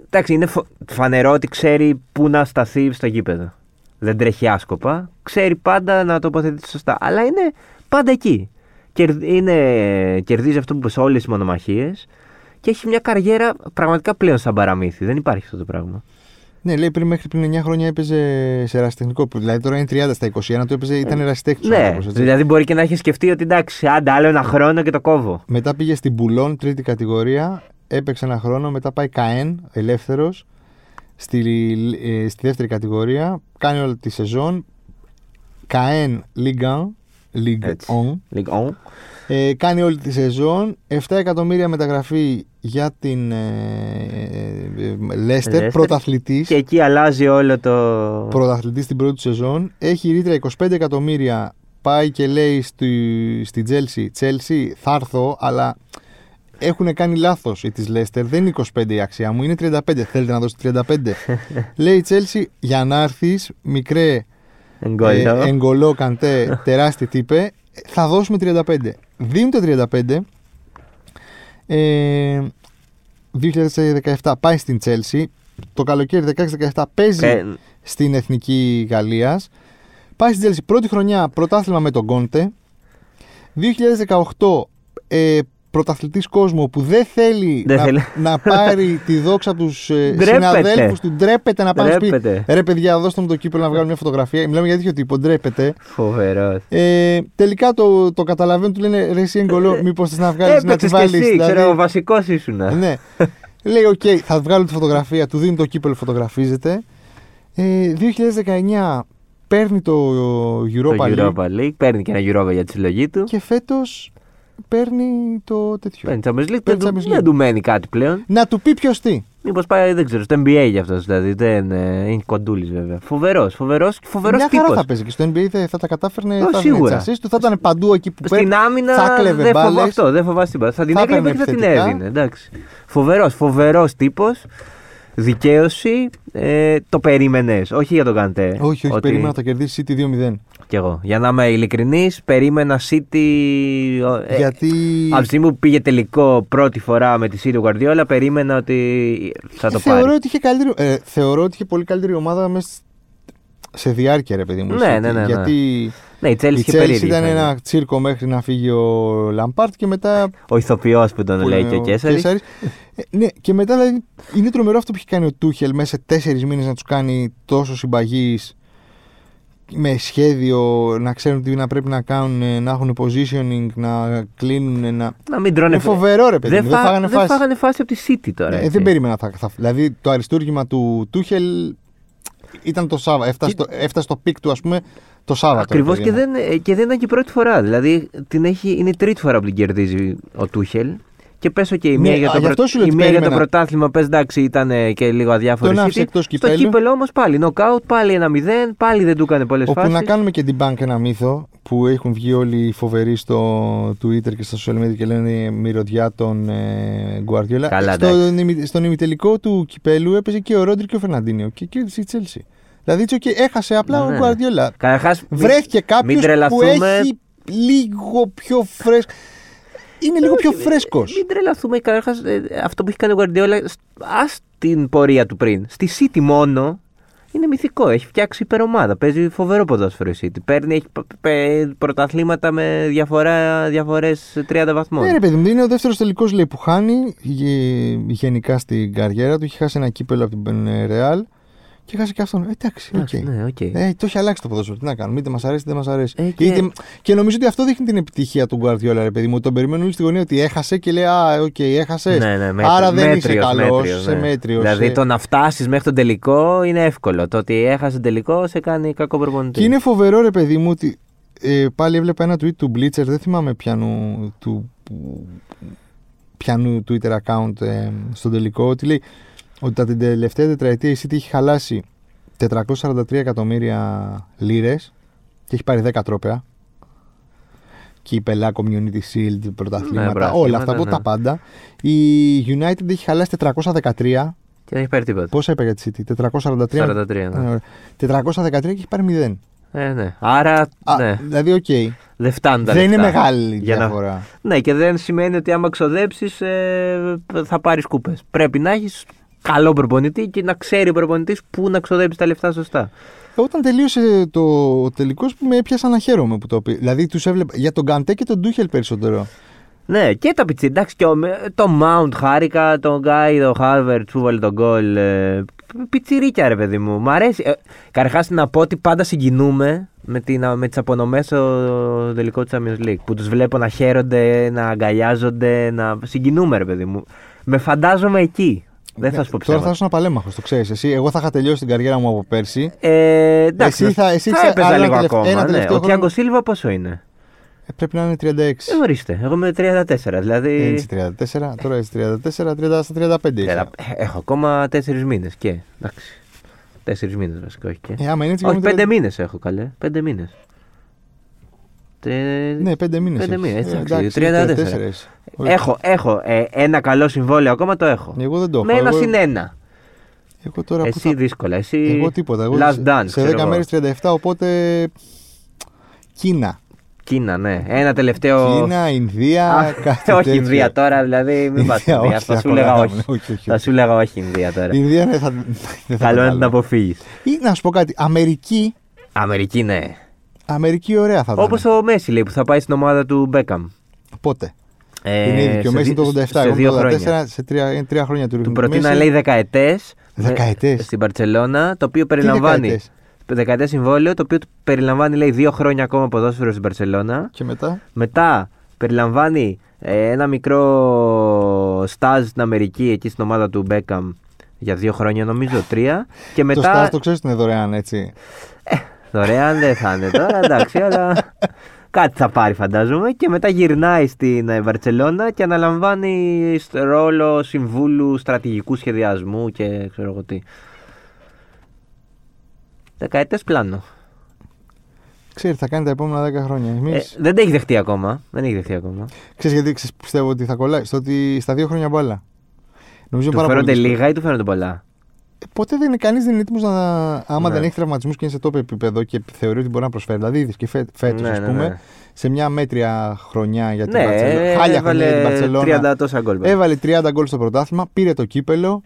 [SPEAKER 2] Εντάξει, είναι φο- φανερό ότι ξέρει πού να σταθεί στο γήπεδο. Δεν τρέχει άσκοπα. Ξέρει πάντα να τοποθετήσει σωστά. Αλλά είναι πάντα εκεί. Κερδ- Είναι... Κερδίζει αυτό που είπε σε όλες τις μονομαχίες και έχει μια καριέρα πραγματικά πλέον σαν παραμύθι. Δεν υπάρχει αυτό το πράγμα.
[SPEAKER 1] Ναι, λέει πριν μέχρι πριν 9 χρόνια έπαιζε σε ερασιτεχνικό. που Δηλαδή τώρα είναι 30 στα 21, το έπαιζε, ήταν ερασιτέχνη.
[SPEAKER 2] Ναι, δηλαδή μπορεί και να έχεις σκεφτεί ότι εντάξει, άντα άλλο ένα χρόνο και το κόβω.
[SPEAKER 1] Μετά πήγε στην Μπουλόν, τρίτη κατηγορία. Έπαιξε ένα χρόνο. Μετά πάει Καέν, ελεύθερος. Στη, ε, στη δεύτερη κατηγορία. Κάνει όλη τη σεζόν. Καέν, Λίγκαν.
[SPEAKER 2] Έτσι.
[SPEAKER 1] Λίγκαν.
[SPEAKER 2] Λοιπόν,
[SPEAKER 1] Ε, κάνει όλη τη σεζόν. 7 εκατομμύρια μεταγραφή για την ε, Λέστερ,
[SPEAKER 2] Leicester.
[SPEAKER 1] πρωταθλητής
[SPEAKER 2] Και εκεί αλλάζει όλο το.
[SPEAKER 1] πρωταθλητής στην πρώτη του σεζόν. Έχει ρήτρα 25 εκατομμύρια. Πάει και λέει στη, στη Τζέλσι, Τσέλσι, θα έρθω, αλλά έχουν κάνει λάθος οι της Λέστερ. Δεν είναι 25 η αξία μου, είναι 35. Θέλετε να δώσετε 35. λέει η Τσέλσι, για να έρθεις, μικρέ
[SPEAKER 2] Εγκόλιο.
[SPEAKER 1] ε, εγκολό, καντέ, τεράστιοι τύπε, θα δώσουμε 35. Δίνουν τα 35. Ε, 2017 πάει στην Τσέλσι. Το καλοκαίρι 16-17 παίζει
[SPEAKER 2] Ε,
[SPEAKER 1] στην Εθνική Γαλλίας. Πάει στην Τζέλση πρώτη χρονιά πρωτάθλημα με τον Κόντε. 2018 ε, πρωταθλητής κόσμο που δεν θέλει,
[SPEAKER 2] Δεν
[SPEAKER 1] να,
[SPEAKER 2] θέλει.
[SPEAKER 1] να πάρει τη δόξα από τους ε,
[SPEAKER 2] Ντρέπεται.
[SPEAKER 1] συναδέλφους του, ντρέπεται να πάει σπίτι.
[SPEAKER 2] Ντρέπεται.
[SPEAKER 1] Ρε, παιδιά, δώστε μου το κύπελο να βγάλω μια φωτογραφία. Μιλάμε για τέτοιο τύπο, ντρέπεται.
[SPEAKER 2] Φοβερός.
[SPEAKER 1] Ε, τελικά το, το καταλαβαίνω, του λένε ρε, εσύ εγκολό, μήπως θες να βγάλεις να τη
[SPEAKER 2] Έπαιξε και
[SPEAKER 1] βάλει.
[SPEAKER 2] Ε, εσύ, ξέρω, βασικός ήσουν.
[SPEAKER 1] ναι. Λέει, οκ, θα βγάλω τη φωτογραφία, του δίνει το κύπελο, φωτογραφίζεται. Ε, 2019 παίρνει το
[SPEAKER 2] Το
[SPEAKER 1] Europa League
[SPEAKER 2] Europa League. Παίρνει και ένα Europa για τη συλλογή του.
[SPEAKER 1] και φέτος παίρνει το τέτοιο.
[SPEAKER 2] Παίρνει Champions
[SPEAKER 1] Παίρνει
[SPEAKER 2] League. δεν του-
[SPEAKER 1] Champions League.
[SPEAKER 2] Δεν του μένει κάτι πλέον.
[SPEAKER 1] Να του πει ποιος τι.
[SPEAKER 2] Μήπως πάει, δεν ξέρω, στο NBA για αυτός δηλαδή. Δεν, ε, είναι κοντούλης βέβαια. Φοβερός, φοβερός και φοβερός
[SPEAKER 1] Μια χαρά
[SPEAKER 2] τύπος.
[SPEAKER 1] θα παίζει και στο NBA θα, θα τα κατάφερνε.
[SPEAKER 2] Ω,
[SPEAKER 1] θα
[SPEAKER 2] σίγουρα.
[SPEAKER 1] τις assists του, θα ήταν παντού εκεί που
[SPEAKER 2] Στην
[SPEAKER 1] παίρνει. θα
[SPEAKER 2] άμυνα
[SPEAKER 1] κλέβε
[SPEAKER 2] δεν φοβά
[SPEAKER 1] μπάλες.
[SPEAKER 2] αυτό, δεν φοβάσαι την μπάλα. Θα την
[SPEAKER 1] Θα
[SPEAKER 2] έκλεβε και
[SPEAKER 1] έπαιρνε
[SPEAKER 2] θα την
[SPEAKER 1] επιθετικά.
[SPEAKER 2] έδινε. Εντάξει. Φοβερός, φοβερός τύπος. Δικαίωση. Ε, το περίμενες. Όχι για τον Καντέ.
[SPEAKER 1] Όχι, όχι, περίμενα να τα κερδίσει City 2-0.
[SPEAKER 2] Κι εγώ. Για να είμαι ειλικρινής, περίμενα City. ε,
[SPEAKER 1] Γιατί.
[SPEAKER 2] Από τη στιγμή που πήγε τελικό πρώτη φορά με τη City ο Guardiola, περίμενα ότι θα το
[SPEAKER 1] Ε, θεωρώ,
[SPEAKER 2] πάρει.
[SPEAKER 1] ότι είχε καλύτερη, ε, θεωρώ ότι είχε πολύ καλύτερη ομάδα μέσα σ- σε διάρκεια, ρε παιδί μου. η
[SPEAKER 2] Ναι,
[SPEAKER 1] City.
[SPEAKER 2] ναι, ναι, ναι.
[SPEAKER 1] Γιατί
[SPEAKER 2] Ναι, η Chelsea
[SPEAKER 1] η
[SPEAKER 2] είχε
[SPEAKER 1] Chelsea
[SPEAKER 2] περίεργη.
[SPEAKER 1] ήταν
[SPEAKER 2] φάση.
[SPEAKER 1] ένα τσίρκο μέχρι να φύγει ο Λαμπάρτ και μετά.
[SPEAKER 2] Ο ηθοποιός που τον
[SPEAKER 1] που
[SPEAKER 2] λέει
[SPEAKER 1] είναι
[SPEAKER 2] και ο Κέσσαρη.
[SPEAKER 1] Κέσαρης. Ε, ναι, και μετά δηλαδή, είναι τρομερό αυτό που έχει κάνει ο Τούχελ μέσα σε τέσσερις μήνες να τους κάνει τόσο συμπαγεί με σχέδιο να ξέρουν τι να πρέπει να κάνουν, ε, να έχουν positioning, να κλείνουν. ε, Να...
[SPEAKER 2] Να μην τρώνε
[SPEAKER 1] Είναι φοβερό ρε παιδί,
[SPEAKER 2] Δεν,
[SPEAKER 1] μου, δεν
[SPEAKER 2] φά-
[SPEAKER 1] φάγανε
[SPEAKER 2] δεν
[SPEAKER 1] φάση.
[SPEAKER 2] φάγανε φάση από τη City τώρα.
[SPEAKER 1] Ε,
[SPEAKER 2] έτσι.
[SPEAKER 1] δεν περίμενα. Θα, θα- δηλαδή το αριστούργημα του Τούχελ ήταν το Σάββατο. Έφτασε,
[SPEAKER 2] Και-
[SPEAKER 1] στο- έφτασε στο πικ του, ας πούμε, το Σάββατο. ρε
[SPEAKER 2] Ακριβώς
[SPEAKER 1] παιδί
[SPEAKER 2] και,
[SPEAKER 1] μου.
[SPEAKER 2] δεν, ε, και δεν ήταν και η πρώτη φορά. Δηλαδή την έχει, είναι η τρίτη φορά που την κερδίζει ο Τούχελ. Και πες, OK, η μία
[SPEAKER 1] Ναι,
[SPEAKER 2] για
[SPEAKER 1] α,
[SPEAKER 2] το,
[SPEAKER 1] γι' αυτό σου λέω
[SPEAKER 2] η
[SPEAKER 1] ότι
[SPEAKER 2] μία για το
[SPEAKER 1] περίμενα.
[SPEAKER 2] πρωτάθλημα, πες εντάξει, ήταν ε, και λίγο αδιάφορη.
[SPEAKER 1] Τον
[SPEAKER 2] η
[SPEAKER 1] άφησε
[SPEAKER 2] City.
[SPEAKER 1] εκτός
[SPEAKER 2] Στο
[SPEAKER 1] κυπέλου.
[SPEAKER 2] κύπελο όμως πάλι νοκάουτ, πάλι ένα-0, πάλι δεν του έκανε πολλές
[SPEAKER 1] Όπου
[SPEAKER 2] φάσει.
[SPEAKER 1] να κάνουμε και την bank ένα μύθο που έχουν βγει όλοι οι φοβεροί στο Twitter και στα social media και λένε μυρωδιά των ε, Guardiola.
[SPEAKER 2] Καλά,
[SPEAKER 1] στον, ημι- στον ημιτελικό του κυπέλου έπαιζε και ο Ρόντρι και ο Φερναντίνιο και κέρδισε η Τσέλσι. Δηλαδή έτσι, okay, έχασε απλά
[SPEAKER 2] Ναι.
[SPEAKER 1] ο Guardiola.
[SPEAKER 2] Καταρχά,
[SPEAKER 1] Βρέθηκε κάποιος που
[SPEAKER 2] τρελαθούμε.
[SPEAKER 1] έχει λίγο πιο φρέσκο. Είναι λίγο πιο φρέσκο.
[SPEAKER 2] Μην τρελαθούμε. Καταρχάς, αυτό που έχει κάνει ο Γκαρδιόλα, ας την πορεία του πριν. Στη City μόνο είναι μυθικό. Έχει φτιάξει υπερομάδα. Παίζει φοβερό ποδόσφαιρο η City. Παίρνει έχει, π- π- πρωταθλήματα με διαφορά, διαφορές 30 βαθμών.
[SPEAKER 1] Ναι, ρε παιδί μου, είναι ο δεύτερος τελικός λέει που χάνει γε- γενικά στην καριέρα του. Είχε χάσει ένα κύπελο από την ε, Ρεάλ και χάσει και αυτόν. Ε, Εντάξει, οκ.
[SPEAKER 2] Εντάξει, ναι, οκ.
[SPEAKER 1] Ε, το έχει αλλάξει το ποδόσφαιρο. Τι να κάνουμε, είτε μας αρέσει είτε μας αρέσει.
[SPEAKER 2] Ε, και-
[SPEAKER 1] και... και νομίζω ότι αυτό δείχνει την επιτυχία του Γκουαρδιόλα, ρε παιδί μου. Τον περιμένουν όλοι στη γωνία ότι έχασε και λέει Α, οκ, έχασες.
[SPEAKER 2] Ναι, ναι, μέτρη-
[SPEAKER 1] Άρα δεν είσαι
[SPEAKER 2] μέτριος,
[SPEAKER 1] καλός,
[SPEAKER 2] μέτριος,
[SPEAKER 1] είσαι ε.
[SPEAKER 2] ναι.
[SPEAKER 1] μέτριος.
[SPEAKER 2] Δηλαδή το να φτάσεις μέχρι τον τελικό είναι εύκολο. Το ότι έχασε τον τελικό σε κάνει κακό προπονητή.
[SPEAKER 1] Και είναι φοβερό, ρε παιδί μου, ότι ε, πάλι έβλεπα ένα tweet του Blitzer, δεν θυμάμαι πιανού, του, που- πιανού Twitter account ε, στον τελικό, ότι λέει ότι τα την τελευταία τετραετία η City έχει χαλάσει 443 εκατομμύρια λίρες και έχει πάρει 10 τρόπαια. Κύπελα, Community Shield, πρωταθλήματα, όλα
[SPEAKER 2] πρωταθλήματα,
[SPEAKER 1] αυτά,
[SPEAKER 2] ναι.
[SPEAKER 1] τα πάντα. Η United έχει χαλάσει 413.
[SPEAKER 2] Και δεν έχει πάρει τίποτα.
[SPEAKER 1] Πόσα είπα για τη City, 443.
[SPEAKER 2] 43. Ναι.
[SPEAKER 1] Ναι, ωραία. 413 και έχει πάρει 0.
[SPEAKER 2] Ε, ναι. Άρα
[SPEAKER 1] Α,
[SPEAKER 2] ναι,
[SPEAKER 1] Δηλαδή, οκ.
[SPEAKER 2] δεν φτάνουν τα
[SPEAKER 1] Δεν είναι
[SPEAKER 2] λεφτά.
[SPEAKER 1] μεγάλη η
[SPEAKER 2] Για να-
[SPEAKER 1] διαφορά.
[SPEAKER 2] Ναι, και δεν σημαίνει ότι άμα ξοδέψεις θα πάρεις κούπες. Πρέπει να έχεις καλό προπονητή και να ξέρει ο προπονητής πού να ξοδέψει τα λεφτά σωστά.
[SPEAKER 1] Όταν τελείωσε το ο τελικός που με έπιασα να χαίρομαι που το πει. Δηλαδή, τους έβλεπα για τον Καντέ και τον Ντούχελ περισσότερο.
[SPEAKER 2] Ναι, και τα πιτσί. Εντάξει, και ο, με- το Mount χάρηκα, τον Γκάι, τον Χάρβερτ που βάλε τον γκολ. Ε, π- πιτσιρίκια, ρε παιδί μου. Μ' αρέσει. Ε, Καταρχάς να πω ότι πάντα συγκινούμε με, την, με τις απονομές στο τελικό του Champions League. Που τους βλέπω να χαίρονται, να αγκαλιάζονται. Να... Συγκινούμε, ρε παιδί μου. Με φαντάζομαι εκεί. Δεν θα σου πω
[SPEAKER 1] Ναι, Ε, Τώρα
[SPEAKER 2] ψέματα.
[SPEAKER 1] θα ήσουν απαλέμαχος, το ξέρεις εσύ. Εγώ θα είχα τελειώσει την καριέρα μου από πέρσι.
[SPEAKER 2] Ε, εντάξει,
[SPEAKER 1] Εσύ θα- εσύ θα-
[SPEAKER 2] έπαιζα
[SPEAKER 1] άλλο
[SPEAKER 2] λίγο
[SPEAKER 1] τελευτα- ένα
[SPEAKER 2] ακόμα. Ναι.
[SPEAKER 1] τελευταίο
[SPEAKER 2] Ο
[SPEAKER 1] χρόνο.
[SPEAKER 2] Τιάγκο Σίλβα πόσο είναι.
[SPEAKER 1] Ε, πρέπει να είναι 36.
[SPEAKER 2] Ε, ορίστε, εγώ είμαι 34,
[SPEAKER 1] Ε,
[SPEAKER 2] δηλαδή.
[SPEAKER 1] Έτσι 34, τώρα είσαι 34, 30 στα 35. είσαι.
[SPEAKER 2] Τερα- ε, Έχω ακόμα 4 μήνες και. Εντάξει. 4 μήνες βασικά, όχι και.
[SPEAKER 1] Ε, άμα είναι έτσι,
[SPEAKER 2] όχι,
[SPEAKER 1] εγώ είμαι
[SPEAKER 2] 5 μήνες έχω καλέ. 5 μήνε.
[SPEAKER 1] Ναι, 5 μήνες.
[SPEAKER 2] Πέντε μήνες, εντάξει, 34.
[SPEAKER 1] 34. είσαι. Όχι.
[SPEAKER 2] Έχω, έχω ε, ένα καλό συμβόλαιο ακόμα το έχω.
[SPEAKER 1] Εγώ δεν το έχω.
[SPEAKER 2] Με ένα
[SPEAKER 1] Εγώ-
[SPEAKER 2] συν ένα.
[SPEAKER 1] Εγώ τώρα που
[SPEAKER 2] Εσύ
[SPEAKER 1] θα
[SPEAKER 2] δύσκολα. Εσύ.
[SPEAKER 1] Εγώ τίποτα. Εγώ
[SPEAKER 2] Last
[SPEAKER 1] σε-
[SPEAKER 2] dance.
[SPEAKER 1] σε
[SPEAKER 2] ξέρω
[SPEAKER 1] 10
[SPEAKER 2] εγώ.
[SPEAKER 1] μέρες 37, οπότε. Κίνα.
[SPEAKER 2] Κίνα, ναι. Ένα τελευταίο.
[SPEAKER 1] Κίνα, Ινδία,
[SPEAKER 2] Αχ,
[SPEAKER 1] κάτι
[SPEAKER 2] όχι
[SPEAKER 1] τέτοιο.
[SPEAKER 2] Ινδία τώρα, δηλαδή. Μην πας
[SPEAKER 1] Ινδία,
[SPEAKER 2] Ινδία.
[SPEAKER 1] όχι,
[SPEAKER 2] Θα
[SPEAKER 1] θα
[SPEAKER 2] σου λέγα
[SPEAKER 1] κολλάμε,
[SPEAKER 2] όχι.
[SPEAKER 1] όχι, όχι,
[SPEAKER 2] Θα
[SPEAKER 1] όχι.
[SPEAKER 2] σου λέγα όχι Ινδία τώρα.
[SPEAKER 1] Ινδία ναι, θα, δεν θα
[SPEAKER 2] Καλό
[SPEAKER 1] τα
[SPEAKER 2] είναι να την
[SPEAKER 1] κάνω.
[SPEAKER 2] αποφύγεις.
[SPEAKER 1] Ή να σου πω κάτι. Αμερική,
[SPEAKER 2] Αμερική, ναι.
[SPEAKER 1] Αμερική ωραία θα ήταν.
[SPEAKER 2] Όπω ο Μέση λέει που θα πάει στην ομάδα του Μπέκαμ.
[SPEAKER 1] Πότε.
[SPEAKER 2] Ε,
[SPEAKER 1] είναι ήδη και ο
[SPEAKER 2] σε
[SPEAKER 1] Μέση
[SPEAKER 2] δι-
[SPEAKER 1] είναι το 87.
[SPEAKER 2] Σε
[SPEAKER 1] εγώ
[SPEAKER 2] δύο
[SPEAKER 1] είμαι το 84,
[SPEAKER 2] χρόνια.
[SPEAKER 1] σε τρία, είναι τρία χρόνια του
[SPEAKER 2] Του
[SPEAKER 1] Ρίγνου.
[SPEAKER 2] προτείνα
[SPEAKER 1] Μέση-
[SPEAKER 2] λέει δεκαετές.
[SPEAKER 1] Δεκαετές.
[SPEAKER 2] Στην Παρσελώνα, το οποίο
[SPEAKER 1] Τι
[SPEAKER 2] περιλαμβάνει.
[SPEAKER 1] δεκαετές.
[SPEAKER 2] Δεκαετές συμβόλαιο, το οποίο του περιλαμβάνει λέει δύο χρόνια ακόμα ποδόσφαιρο στην Παρσελώνα.
[SPEAKER 1] Και μετά.
[SPEAKER 2] Μετά περιλαμβάνει ε, ένα μικρό στάζ στην Αμερική, εκεί στην ομάδα του Μπέκαμ για δύο χρόνια νομίζω, τρία. Και
[SPEAKER 1] Το Stars
[SPEAKER 2] μετά.
[SPEAKER 1] το ξέρεις ότι είναι δωρεάν, έτσι.
[SPEAKER 2] Δωρεάν δεν θα είναι τώρα, εντάξει, αλλά κάτι θα πάρει φαντάζομαι. Και μετά γυρνάει στην ε, Βαρκελώνα και αναλαμβάνει σ- ρόλο συμβούλου στρατηγικού σχεδιασμού και ξέρω εγώ τι. Δεκαετές πλάνο.
[SPEAKER 1] Ξέρει, θα κάνει τα επόμενα 10 χρόνια. Εμεί.
[SPEAKER 2] Ε, δεν τα έχει δεχτεί ακόμα. Δεν έχει δεχτεί ακόμα.
[SPEAKER 1] Ξέρεις γιατί ξέρεις, πιστεύω ότι θα κολλάει. Στο ότι στα δύο χρόνια μπάλα. Νομίζω
[SPEAKER 2] Του
[SPEAKER 1] πάρα πολύ
[SPEAKER 2] φαίνονται
[SPEAKER 1] δύσκολο.
[SPEAKER 2] λίγα ή του φαίνονται πολλά.
[SPEAKER 1] Ε, Ποτέ δεν είναι κανείς δεν είναι έτοιμος να. Άμα
[SPEAKER 2] Ναι.
[SPEAKER 1] δεν έχει τραυματισμούς και είναι σε τόπο επίπεδο και θεωρεί ότι μπορεί να προσφέρει. Δηλαδή, είδες και φέτος,
[SPEAKER 2] Ναι,
[SPEAKER 1] ας
[SPEAKER 2] ναι,
[SPEAKER 1] πούμε,
[SPEAKER 2] ναι.
[SPEAKER 1] σε μια μέτρια χρονιά για την
[SPEAKER 2] Ναι,
[SPEAKER 1] Μπαρσελόνα. Χάλια χρονιά για την
[SPEAKER 2] έβαλε
[SPEAKER 1] Μπαρσελόνα.
[SPEAKER 2] 30 τόσα γκολ.
[SPEAKER 1] Έβαλε 30 γκολ στο πρωτάθλημα, πήρε το κύπελο.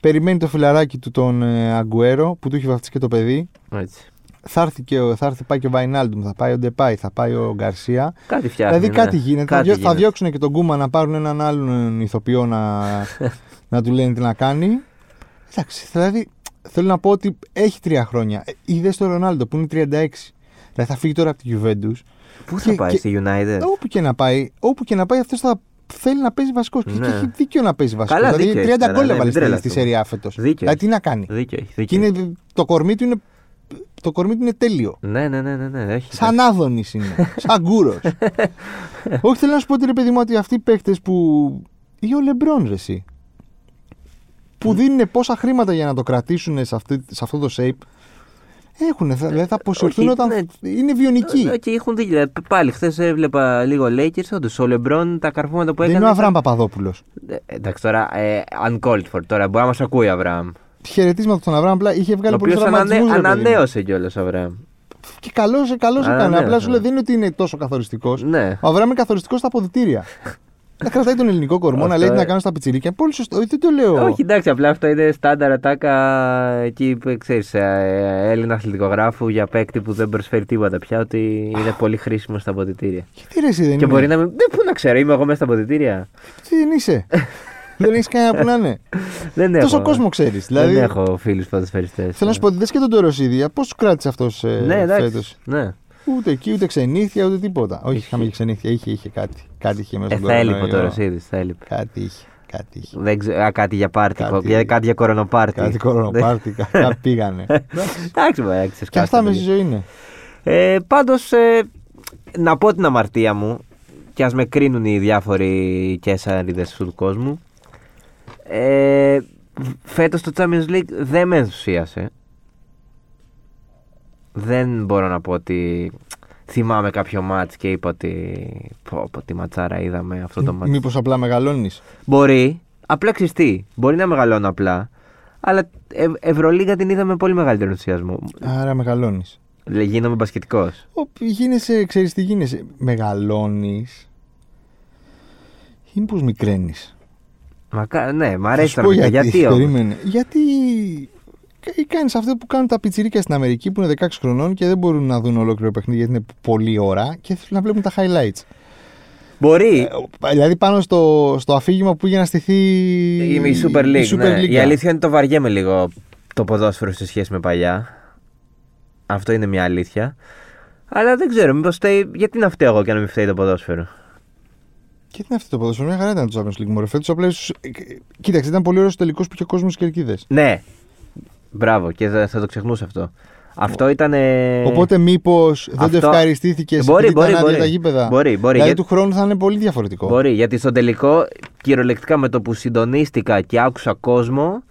[SPEAKER 1] Περιμένει το φιλαράκι του τον ε, Αγκουέρο που του έχει βαφτίσει και το παιδί.
[SPEAKER 2] Έτσι.
[SPEAKER 1] Θα έρθει, και, ο- θα έρθει πάει και ο Βαϊνάλντουμ, θα πάει ο Ντεπάη, θα πάει ο Γκαρσία.
[SPEAKER 2] Κάτι φτιάχνει.
[SPEAKER 1] δηλαδή κάτι
[SPEAKER 2] ναι.
[SPEAKER 1] γίνεται. θα,
[SPEAKER 2] Κάτι
[SPEAKER 1] διώ- θα διώξουν και τον Κούμα να πάρουν έναν άλλον ηθοποιό να, να του λένε τι να κάνει. Εντάξει, δηλαδή θέλω να πω ότι έχει τρία χρόνια. Είδε το Ρονάλντο που είναι 36. Δηλαδή θα φύγει τώρα από τη Juventus.
[SPEAKER 2] Πού θα
[SPEAKER 1] και-
[SPEAKER 2] πάει,
[SPEAKER 1] και-
[SPEAKER 2] στη United.
[SPEAKER 1] Όπου και να πάει, όπου και να πάει αυτός θα θέλει να παίζει βασικός. Και
[SPEAKER 2] Ναι.
[SPEAKER 1] έχει δίκιο να παίζει βασικός.
[SPEAKER 2] Καλά,
[SPEAKER 1] δηλαδή
[SPEAKER 2] δίκιο
[SPEAKER 1] 30
[SPEAKER 2] έχει,
[SPEAKER 1] γκολ
[SPEAKER 2] ναι,
[SPEAKER 1] έβαλε
[SPEAKER 2] μην
[SPEAKER 1] στη- στη
[SPEAKER 2] τρελαθούμε.
[SPEAKER 1] σερία φέτος.
[SPEAKER 2] Δίκιο
[SPEAKER 1] Δηλαδή
[SPEAKER 2] έχει.
[SPEAKER 1] τι να κάνει.
[SPEAKER 2] Δίκιο έχει.
[SPEAKER 1] Και
[SPEAKER 2] Δίκιο. έχει.
[SPEAKER 1] είναι, το κορμί του είναι, το κορμί του είναι τέλειο.
[SPEAKER 2] Ναι, ναι, ναι, ναι, ναι. Έχει.
[SPEAKER 1] Σαν Άδωνης είναι. Σαν Γκούρος. Όχι, θέλω να σου πω ότι ρε παιδί μου ότι αυτοί οι παίχτε που. ή ο Λεμπρόν, ρε εσύ. Που
[SPEAKER 2] Ναι.
[SPEAKER 1] δίνουν πόσα χρήματα για να το κρατήσουν σε, αυτή, σε αυτό το shape. Έχουν, θα, δηλαδή θα αποσυρθούν
[SPEAKER 2] Ε, όχι,
[SPEAKER 1] όταν.
[SPEAKER 2] ναι.
[SPEAKER 1] είναι βιονικοί.
[SPEAKER 2] Ε, Και έχουν δίκιο. Δηλαδή, Πάλι χθες έβλεπα λίγο Lakers. Όντως, ο Λεμπρόν τα καρφώματα που
[SPEAKER 1] Δεν
[SPEAKER 2] έκανε.
[SPEAKER 1] είναι ο Αβραάμ
[SPEAKER 2] ήταν-
[SPEAKER 1] Παπαδόπουλος.
[SPEAKER 2] Ε, Εντάξει, τώρα ε, uncalled for. Τώρα μπορεί να μας ακούει ο Αβραάμ.
[SPEAKER 1] Χαιρετίσματα τον Αβραάμ, απλά είχε
[SPEAKER 2] Ο
[SPEAKER 1] βγάλει πολλού
[SPEAKER 2] οποίο
[SPEAKER 1] τραυματισμού.
[SPEAKER 2] ανανέωσε κιόλας ο Αβραάμ.
[SPEAKER 1] Και καλός καλώς έκανε.
[SPEAKER 2] Ανανέωσε,
[SPEAKER 1] Απλά σου λέει
[SPEAKER 2] ναι.
[SPEAKER 1] δεν είναι ότι είναι τόσο καθοριστικός.
[SPEAKER 2] Ναι.
[SPEAKER 1] Ο Αβραάμ είναι καθοριστικός στα αποδητήρια. Να κρατάει τον ελληνικό κορμό, να
[SPEAKER 2] Αυτό,
[SPEAKER 1] λέει τι
[SPEAKER 2] ε.
[SPEAKER 1] να κάνω στα πιτσιρίκια. Πολύ σωστό. Ε, Δεν το λέω.
[SPEAKER 2] Όχι, εντάξει, απλά αυτό είναι στάνταρ ατάκα εκεί που ξέρει, Έλληνα αθλητικογράφου για παίκτη που δεν προσφέρει τίποτα πια, ότι είναι πολύ χρήσιμο στα ποδητήρια.
[SPEAKER 1] Γιατί ρε, εσύ δεν,
[SPEAKER 2] Και
[SPEAKER 1] είναι.
[SPEAKER 2] μπορεί να μην. Δεν πού να ξέρω, είμαι εγώ μέσα στα ποδητήρια.
[SPEAKER 1] Τι δεν είσαι. δεν έχεις κανένα που να είναι.
[SPEAKER 2] Δεν έχω. ναι.
[SPEAKER 1] Τόσο κόσμο ξέρεις. Δηλαδή,
[SPEAKER 2] Δεν έχω φίλους ποδοσφαιριστές.
[SPEAKER 1] Θέλω να σου πω ότι δεν και τον Τωροσίδη. Πώ σου κράτησε αυτός ε,
[SPEAKER 2] Ναι, εντάξει.
[SPEAKER 1] φέτος?
[SPEAKER 2] Ναι.
[SPEAKER 1] Ούτε εκεί, ούτε ξενύθια, ούτε τίποτα. Όχι,
[SPEAKER 2] Είχε.
[SPEAKER 1] είχαμε και ξενύθια. Είχε, είχε κάτι. Κάτι είχε μέσα
[SPEAKER 2] Ε,
[SPEAKER 1] στον
[SPEAKER 2] θα έλειπε ο
[SPEAKER 1] κορονοϊό.
[SPEAKER 2] Τωροσίδης, θα έλειπε.
[SPEAKER 1] Κάτι είχε. Κάτι είχε.
[SPEAKER 2] Δεν ξέρω, α, κάτι για πάρτι,
[SPEAKER 1] Κάτι-
[SPEAKER 2] κάτι για, κάτι για κορονοπάρτι.
[SPEAKER 1] Κάτι
[SPEAKER 2] Ναι.
[SPEAKER 1] κορονοπάρτι, κάτι πήγανε. Εντάξει.
[SPEAKER 2] Εντάξει, μα έξε
[SPEAKER 1] και αυτά με στη ζωή είναι.
[SPEAKER 2] Ε, Πάντως, να πω την αμαρτία μου και ας με κρίνουν οι διάφοροι κέσσαριδε του κόσμου. Ε, Φέτος το Champions League δεν με ενθουσίασε. Δεν μπορώ να πω ότι θυμάμαι κάποιο μάτς και είπα ότι πω, πω, τι ματσάρα είδαμε αυτό το μάτς.
[SPEAKER 1] Μήπως απλά μεγαλώνεις.
[SPEAKER 2] Μπορεί. Απλά ξέρεις τι, Μπορεί να μεγαλώνω απλά. Αλλά ε, Ευρωλίγα την είδα με πολύ μεγαλύτερο ενθουσιασμό.
[SPEAKER 1] Άρα μεγαλώνεις.
[SPEAKER 2] Λε, Γίνομαι μπασκετικός.
[SPEAKER 1] Γίνεσαι, ξέρεις τι γίνεσαι. Μεγαλώνεις. Ή μήπως μικραίνεις.
[SPEAKER 2] Μακά... Ναι, μ' αρέσει
[SPEAKER 1] Θα
[SPEAKER 2] το
[SPEAKER 1] σου πω
[SPEAKER 2] γιατί, γιατί όμως.
[SPEAKER 1] Περίμενε. Γιατί κάνεις αυτό που κάνουν τα πιτσιρίκια στην Αμερική που είναι 16 χρονών και δεν μπορούν να δουν ολόκληρο παιχνίδι γιατί είναι πολλή ώρα και θέλουν να βλέπουν τα highlights.
[SPEAKER 2] Μπορεί
[SPEAKER 1] Ε, δηλαδή πάνω στο, στο αφήγημα που είχε να στηθεί
[SPEAKER 2] η, η Super League.
[SPEAKER 1] Ε, η,
[SPEAKER 2] ναι.
[SPEAKER 1] League.
[SPEAKER 2] η αλήθεια είναι το βαριέμαι λίγο το ποδόσφαιρο σε σχέση με παλιά. Αυτό είναι μια αλήθεια. Αλλά δεν ξέρω, μήπως φταίει. Γιατί να φταίω εγώ και να μην φταίει το ποδόσφαιρο.
[SPEAKER 1] Και τι είναι αυτό το ποδόσφαιρο, μια χαρά ήταν το Champions League. Μωρέ, φέτος απλά ίσως- ε, ε, Κοίταξε, ήταν πολύ ωραίος τελικός που είχε κόσμο και κερκίδες.
[SPEAKER 2] Ναι. Μπράβο, και θα, θα το ξεχνούσα αυτό. Αυτό ήταν.
[SPEAKER 1] Οπότε μήπως δεν το
[SPEAKER 2] Ε, αυτό-
[SPEAKER 1] ευχαριστήθηκες
[SPEAKER 2] Μπορεί,
[SPEAKER 1] επειδή
[SPEAKER 2] μπορεί,
[SPEAKER 1] ήταν άδεια
[SPEAKER 2] μπορεί.
[SPEAKER 1] τα γήπεδα.
[SPEAKER 2] Μπορεί, μπορεί,
[SPEAKER 1] Δηλαδή
[SPEAKER 2] γιατί-
[SPEAKER 1] του χρόνου θα είναι πολύ διαφορετικό.
[SPEAKER 2] Μπορεί, γιατί στο τελικό, κυριολεκτικά με το που συντονίστηκα και άκουσα κόσμο,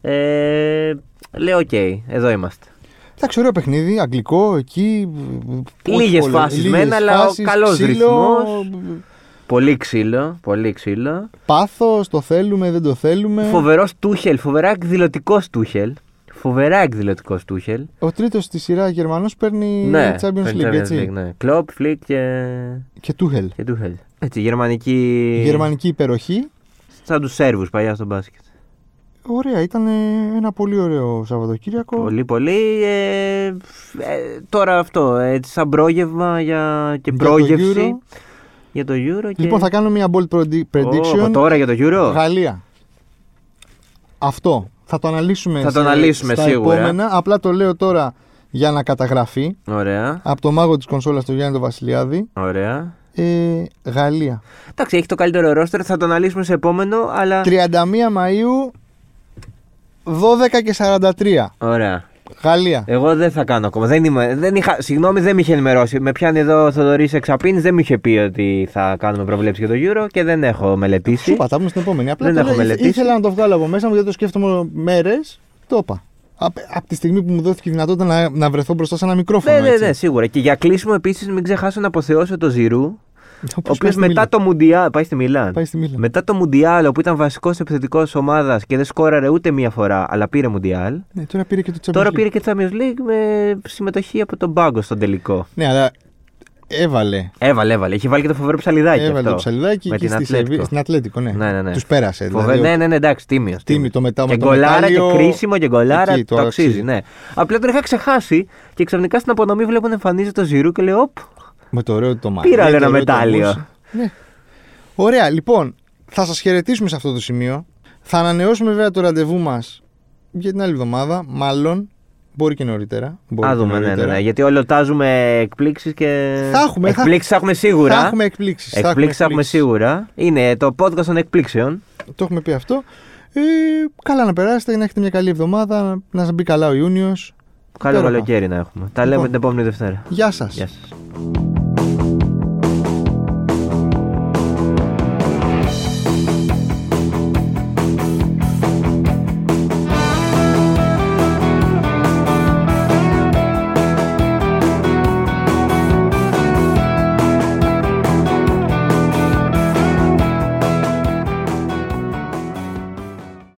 [SPEAKER 2] ε, λέω: Οκ, εδώ είμαστε.
[SPEAKER 1] Εντάξει, ωραίο παιχνίδι, αγγλικό, εκεί. ε,
[SPEAKER 2] Λίγες
[SPEAKER 1] όχι πολλές,
[SPEAKER 2] φάσεις
[SPEAKER 1] λίγες
[SPEAKER 2] μένα, αλλά ο
[SPEAKER 1] φάσεις,
[SPEAKER 2] καλός
[SPEAKER 1] ξύλο,
[SPEAKER 2] ρυθμός. Πολύ ξύλο, πολύ ξύλο.
[SPEAKER 1] Πάθος, το θέλουμε, δεν το θέλουμε.
[SPEAKER 2] Φοβερός Τούχελ, φοβερά εκδηλωτικός Τούχελ. Φοβερά εκδηλωτικός Τούχελ.
[SPEAKER 1] Ο τρίτος στη σειρά Γερμανός παίρνει Champions League, έτσι.
[SPEAKER 2] ναι. Κλοπ, Φλικ και,
[SPEAKER 1] Και Τούχελ.
[SPEAKER 2] και Τούχελ. Έτσι, γερμανική.
[SPEAKER 1] Γερμανική υπεροχή.
[SPEAKER 2] Σαν τους Σέρβους παλιά στο μπάσκετ.
[SPEAKER 1] Ωραία, ήταν ε, ένα πολύ ωραίο Σαββατοκύριακο.
[SPEAKER 2] Πολύ, πολύ. Ε, ε, τώρα αυτό, έτσι, σαν πρόγευμα για, και
[SPEAKER 1] Για το
[SPEAKER 2] πρόγευση.
[SPEAKER 1] Euro.
[SPEAKER 2] για το Euro. Και...
[SPEAKER 1] Λοιπόν, θα κάνω μια bold predi- prediction.
[SPEAKER 2] Ω, τώρα για το Euro.
[SPEAKER 1] Γαλλία. Αυτό. Θα το αναλύσουμε,
[SPEAKER 2] Θα το
[SPEAKER 1] σε-
[SPEAKER 2] αναλύσουμε
[SPEAKER 1] στα
[SPEAKER 2] σίγουρα.
[SPEAKER 1] επόμενα. Απλά το λέω τώρα για να καταγραφεί
[SPEAKER 2] Ωραία.
[SPEAKER 1] από το μάγο της κονσόλας του Γιάννη το Βασιλιάδη.
[SPEAKER 2] Ωραία.
[SPEAKER 1] Ε, Γαλλία.
[SPEAKER 2] Εντάξει, έχει το καλύτερο ρόστερ, θα το αναλύσουμε σε επόμενο, αλλά.
[SPEAKER 1] 31 Μαΐου 12 και 43.
[SPEAKER 2] Ωραία.
[SPEAKER 1] Γαλλία.
[SPEAKER 2] Εγώ δεν θα κάνω ακόμα. Δεν είμαι, δεν είχα, συγγνώμη, δεν με είχε ενημερώσει. Με πιάνει εδώ ο Θοδωρής Εξαπίνης, δεν μου είχε πει ότι θα κάνουμε προβλέψεις για το Euro και δεν έχω μελετήσει.
[SPEAKER 1] Σου είπα, τα πούμε στην επόμενη. Απλά
[SPEAKER 2] Δεν
[SPEAKER 1] το
[SPEAKER 2] έχω
[SPEAKER 1] λέω, ήθε-
[SPEAKER 2] μελετήσει.
[SPEAKER 1] Ήθελα να το βγάλω από μέσα μου γιατί το σκέφτομαι μέρες. Το είπα. Από τη στιγμή που μου δόθηκε η δυνατότητα να, να βρεθώ μπροστά σε ένα μικρόφωνο.
[SPEAKER 2] Ναι, ναι,
[SPEAKER 1] έτσι.
[SPEAKER 2] ναι, σίγουρα. Και για κλείσιμο επίσης, μην ξεχάσω να αποθεώσω το Ζηρού, ναι. ο
[SPEAKER 1] Όπως πάει
[SPEAKER 2] οποίος
[SPEAKER 1] στη
[SPEAKER 2] μετά
[SPEAKER 1] Μίλαν.
[SPEAKER 2] το Μουντιάλ. Πάει στη Μιλάν.
[SPEAKER 1] Πάει στη Μίλαν.
[SPEAKER 2] Μετά το Μουντιάλ, όπου ήταν βασικός επιθετικός ομάδας και δεν σκόραρε ούτε μία φορά, αλλά πήρε Μουντιάλ.
[SPEAKER 1] Ναι, τώρα πήρε και το Champions
[SPEAKER 2] Τώρα
[SPEAKER 1] League.
[SPEAKER 2] πήρε και το Champions League με συμμετοχή από τον πάγκο στον τελικό.
[SPEAKER 1] Ναι, αλλά έβαλε.
[SPEAKER 2] Έβαλε, έβαλε. Είχε βάλει και το φοβερό ψαλιδάκι.
[SPEAKER 1] Έβαλε
[SPEAKER 2] αυτό.
[SPEAKER 1] το ψαλιδάκι
[SPEAKER 2] με
[SPEAKER 1] και
[SPEAKER 2] την
[SPEAKER 1] στη
[SPEAKER 2] Ατλέτικο.
[SPEAKER 1] Σεβί- στην Ατλέτικο. Ναι.
[SPEAKER 2] Ναι, ναι, ναι.
[SPEAKER 1] Τους πέρασε.
[SPEAKER 2] Φοβε-
[SPEAKER 1] Δηλαδή,
[SPEAKER 2] ναι, ναι, ναι, εντάξει, τίμιος.
[SPEAKER 1] Τίμιο το μετά με
[SPEAKER 2] Και
[SPEAKER 1] το
[SPEAKER 2] γκολάρα και
[SPEAKER 1] μετάλλιο.
[SPEAKER 2] κρίσιμο και γκολάρα.
[SPEAKER 1] Εκεί,
[SPEAKER 2] το, αξίζει, ναι. Απλά τον είχα ξεχάσει και ξαφνικά στην απονομή βλέπω να εμφανίζεται το Ζηρού και λέω Οπ,
[SPEAKER 1] Με το ωραίο το μάτι.
[SPEAKER 2] Πήρα ένα μετάλλιο.
[SPEAKER 1] Ναι. Ωραία, λοιπόν, θα σας χαιρετήσουμε σε αυτό το σημείο. Θα ανανεώσουμε βέβαια το ραντεβού μας για την άλλη εβδομάδα. Μάλλον μπορεί και νωρίτερα. Μπορεί
[SPEAKER 2] Α
[SPEAKER 1] και
[SPEAKER 2] δούμε, ναι, ναι,
[SPEAKER 1] νωρίτερα.
[SPEAKER 2] ναι. Γιατί όλοι τάζουμε εκπλήξεις και.
[SPEAKER 1] Θα έχουμε, θα-
[SPEAKER 2] εκπλήξεις θα έχουμε σίγουρα.
[SPEAKER 1] Θα έχουμε εκπλήξεις.
[SPEAKER 2] Εκπλήξεις θα έχουμε σίγουρα. Είναι το podcast των εκπλήξεων.
[SPEAKER 1] Το έχουμε πει αυτό. Ε, καλά να περάσετε, να έχετε μια καλή εβδομάδα, να σας μπει καλά ο Ιούνιος.
[SPEAKER 2] Καλό
[SPEAKER 1] Υπέροχα.
[SPEAKER 2] καλοκαίρι να έχουμε. Τα λέμε
[SPEAKER 1] Λοιπόν.
[SPEAKER 2] την επόμενη Δευτέρα.
[SPEAKER 1] Γεια σας.
[SPEAKER 2] Γεια σας.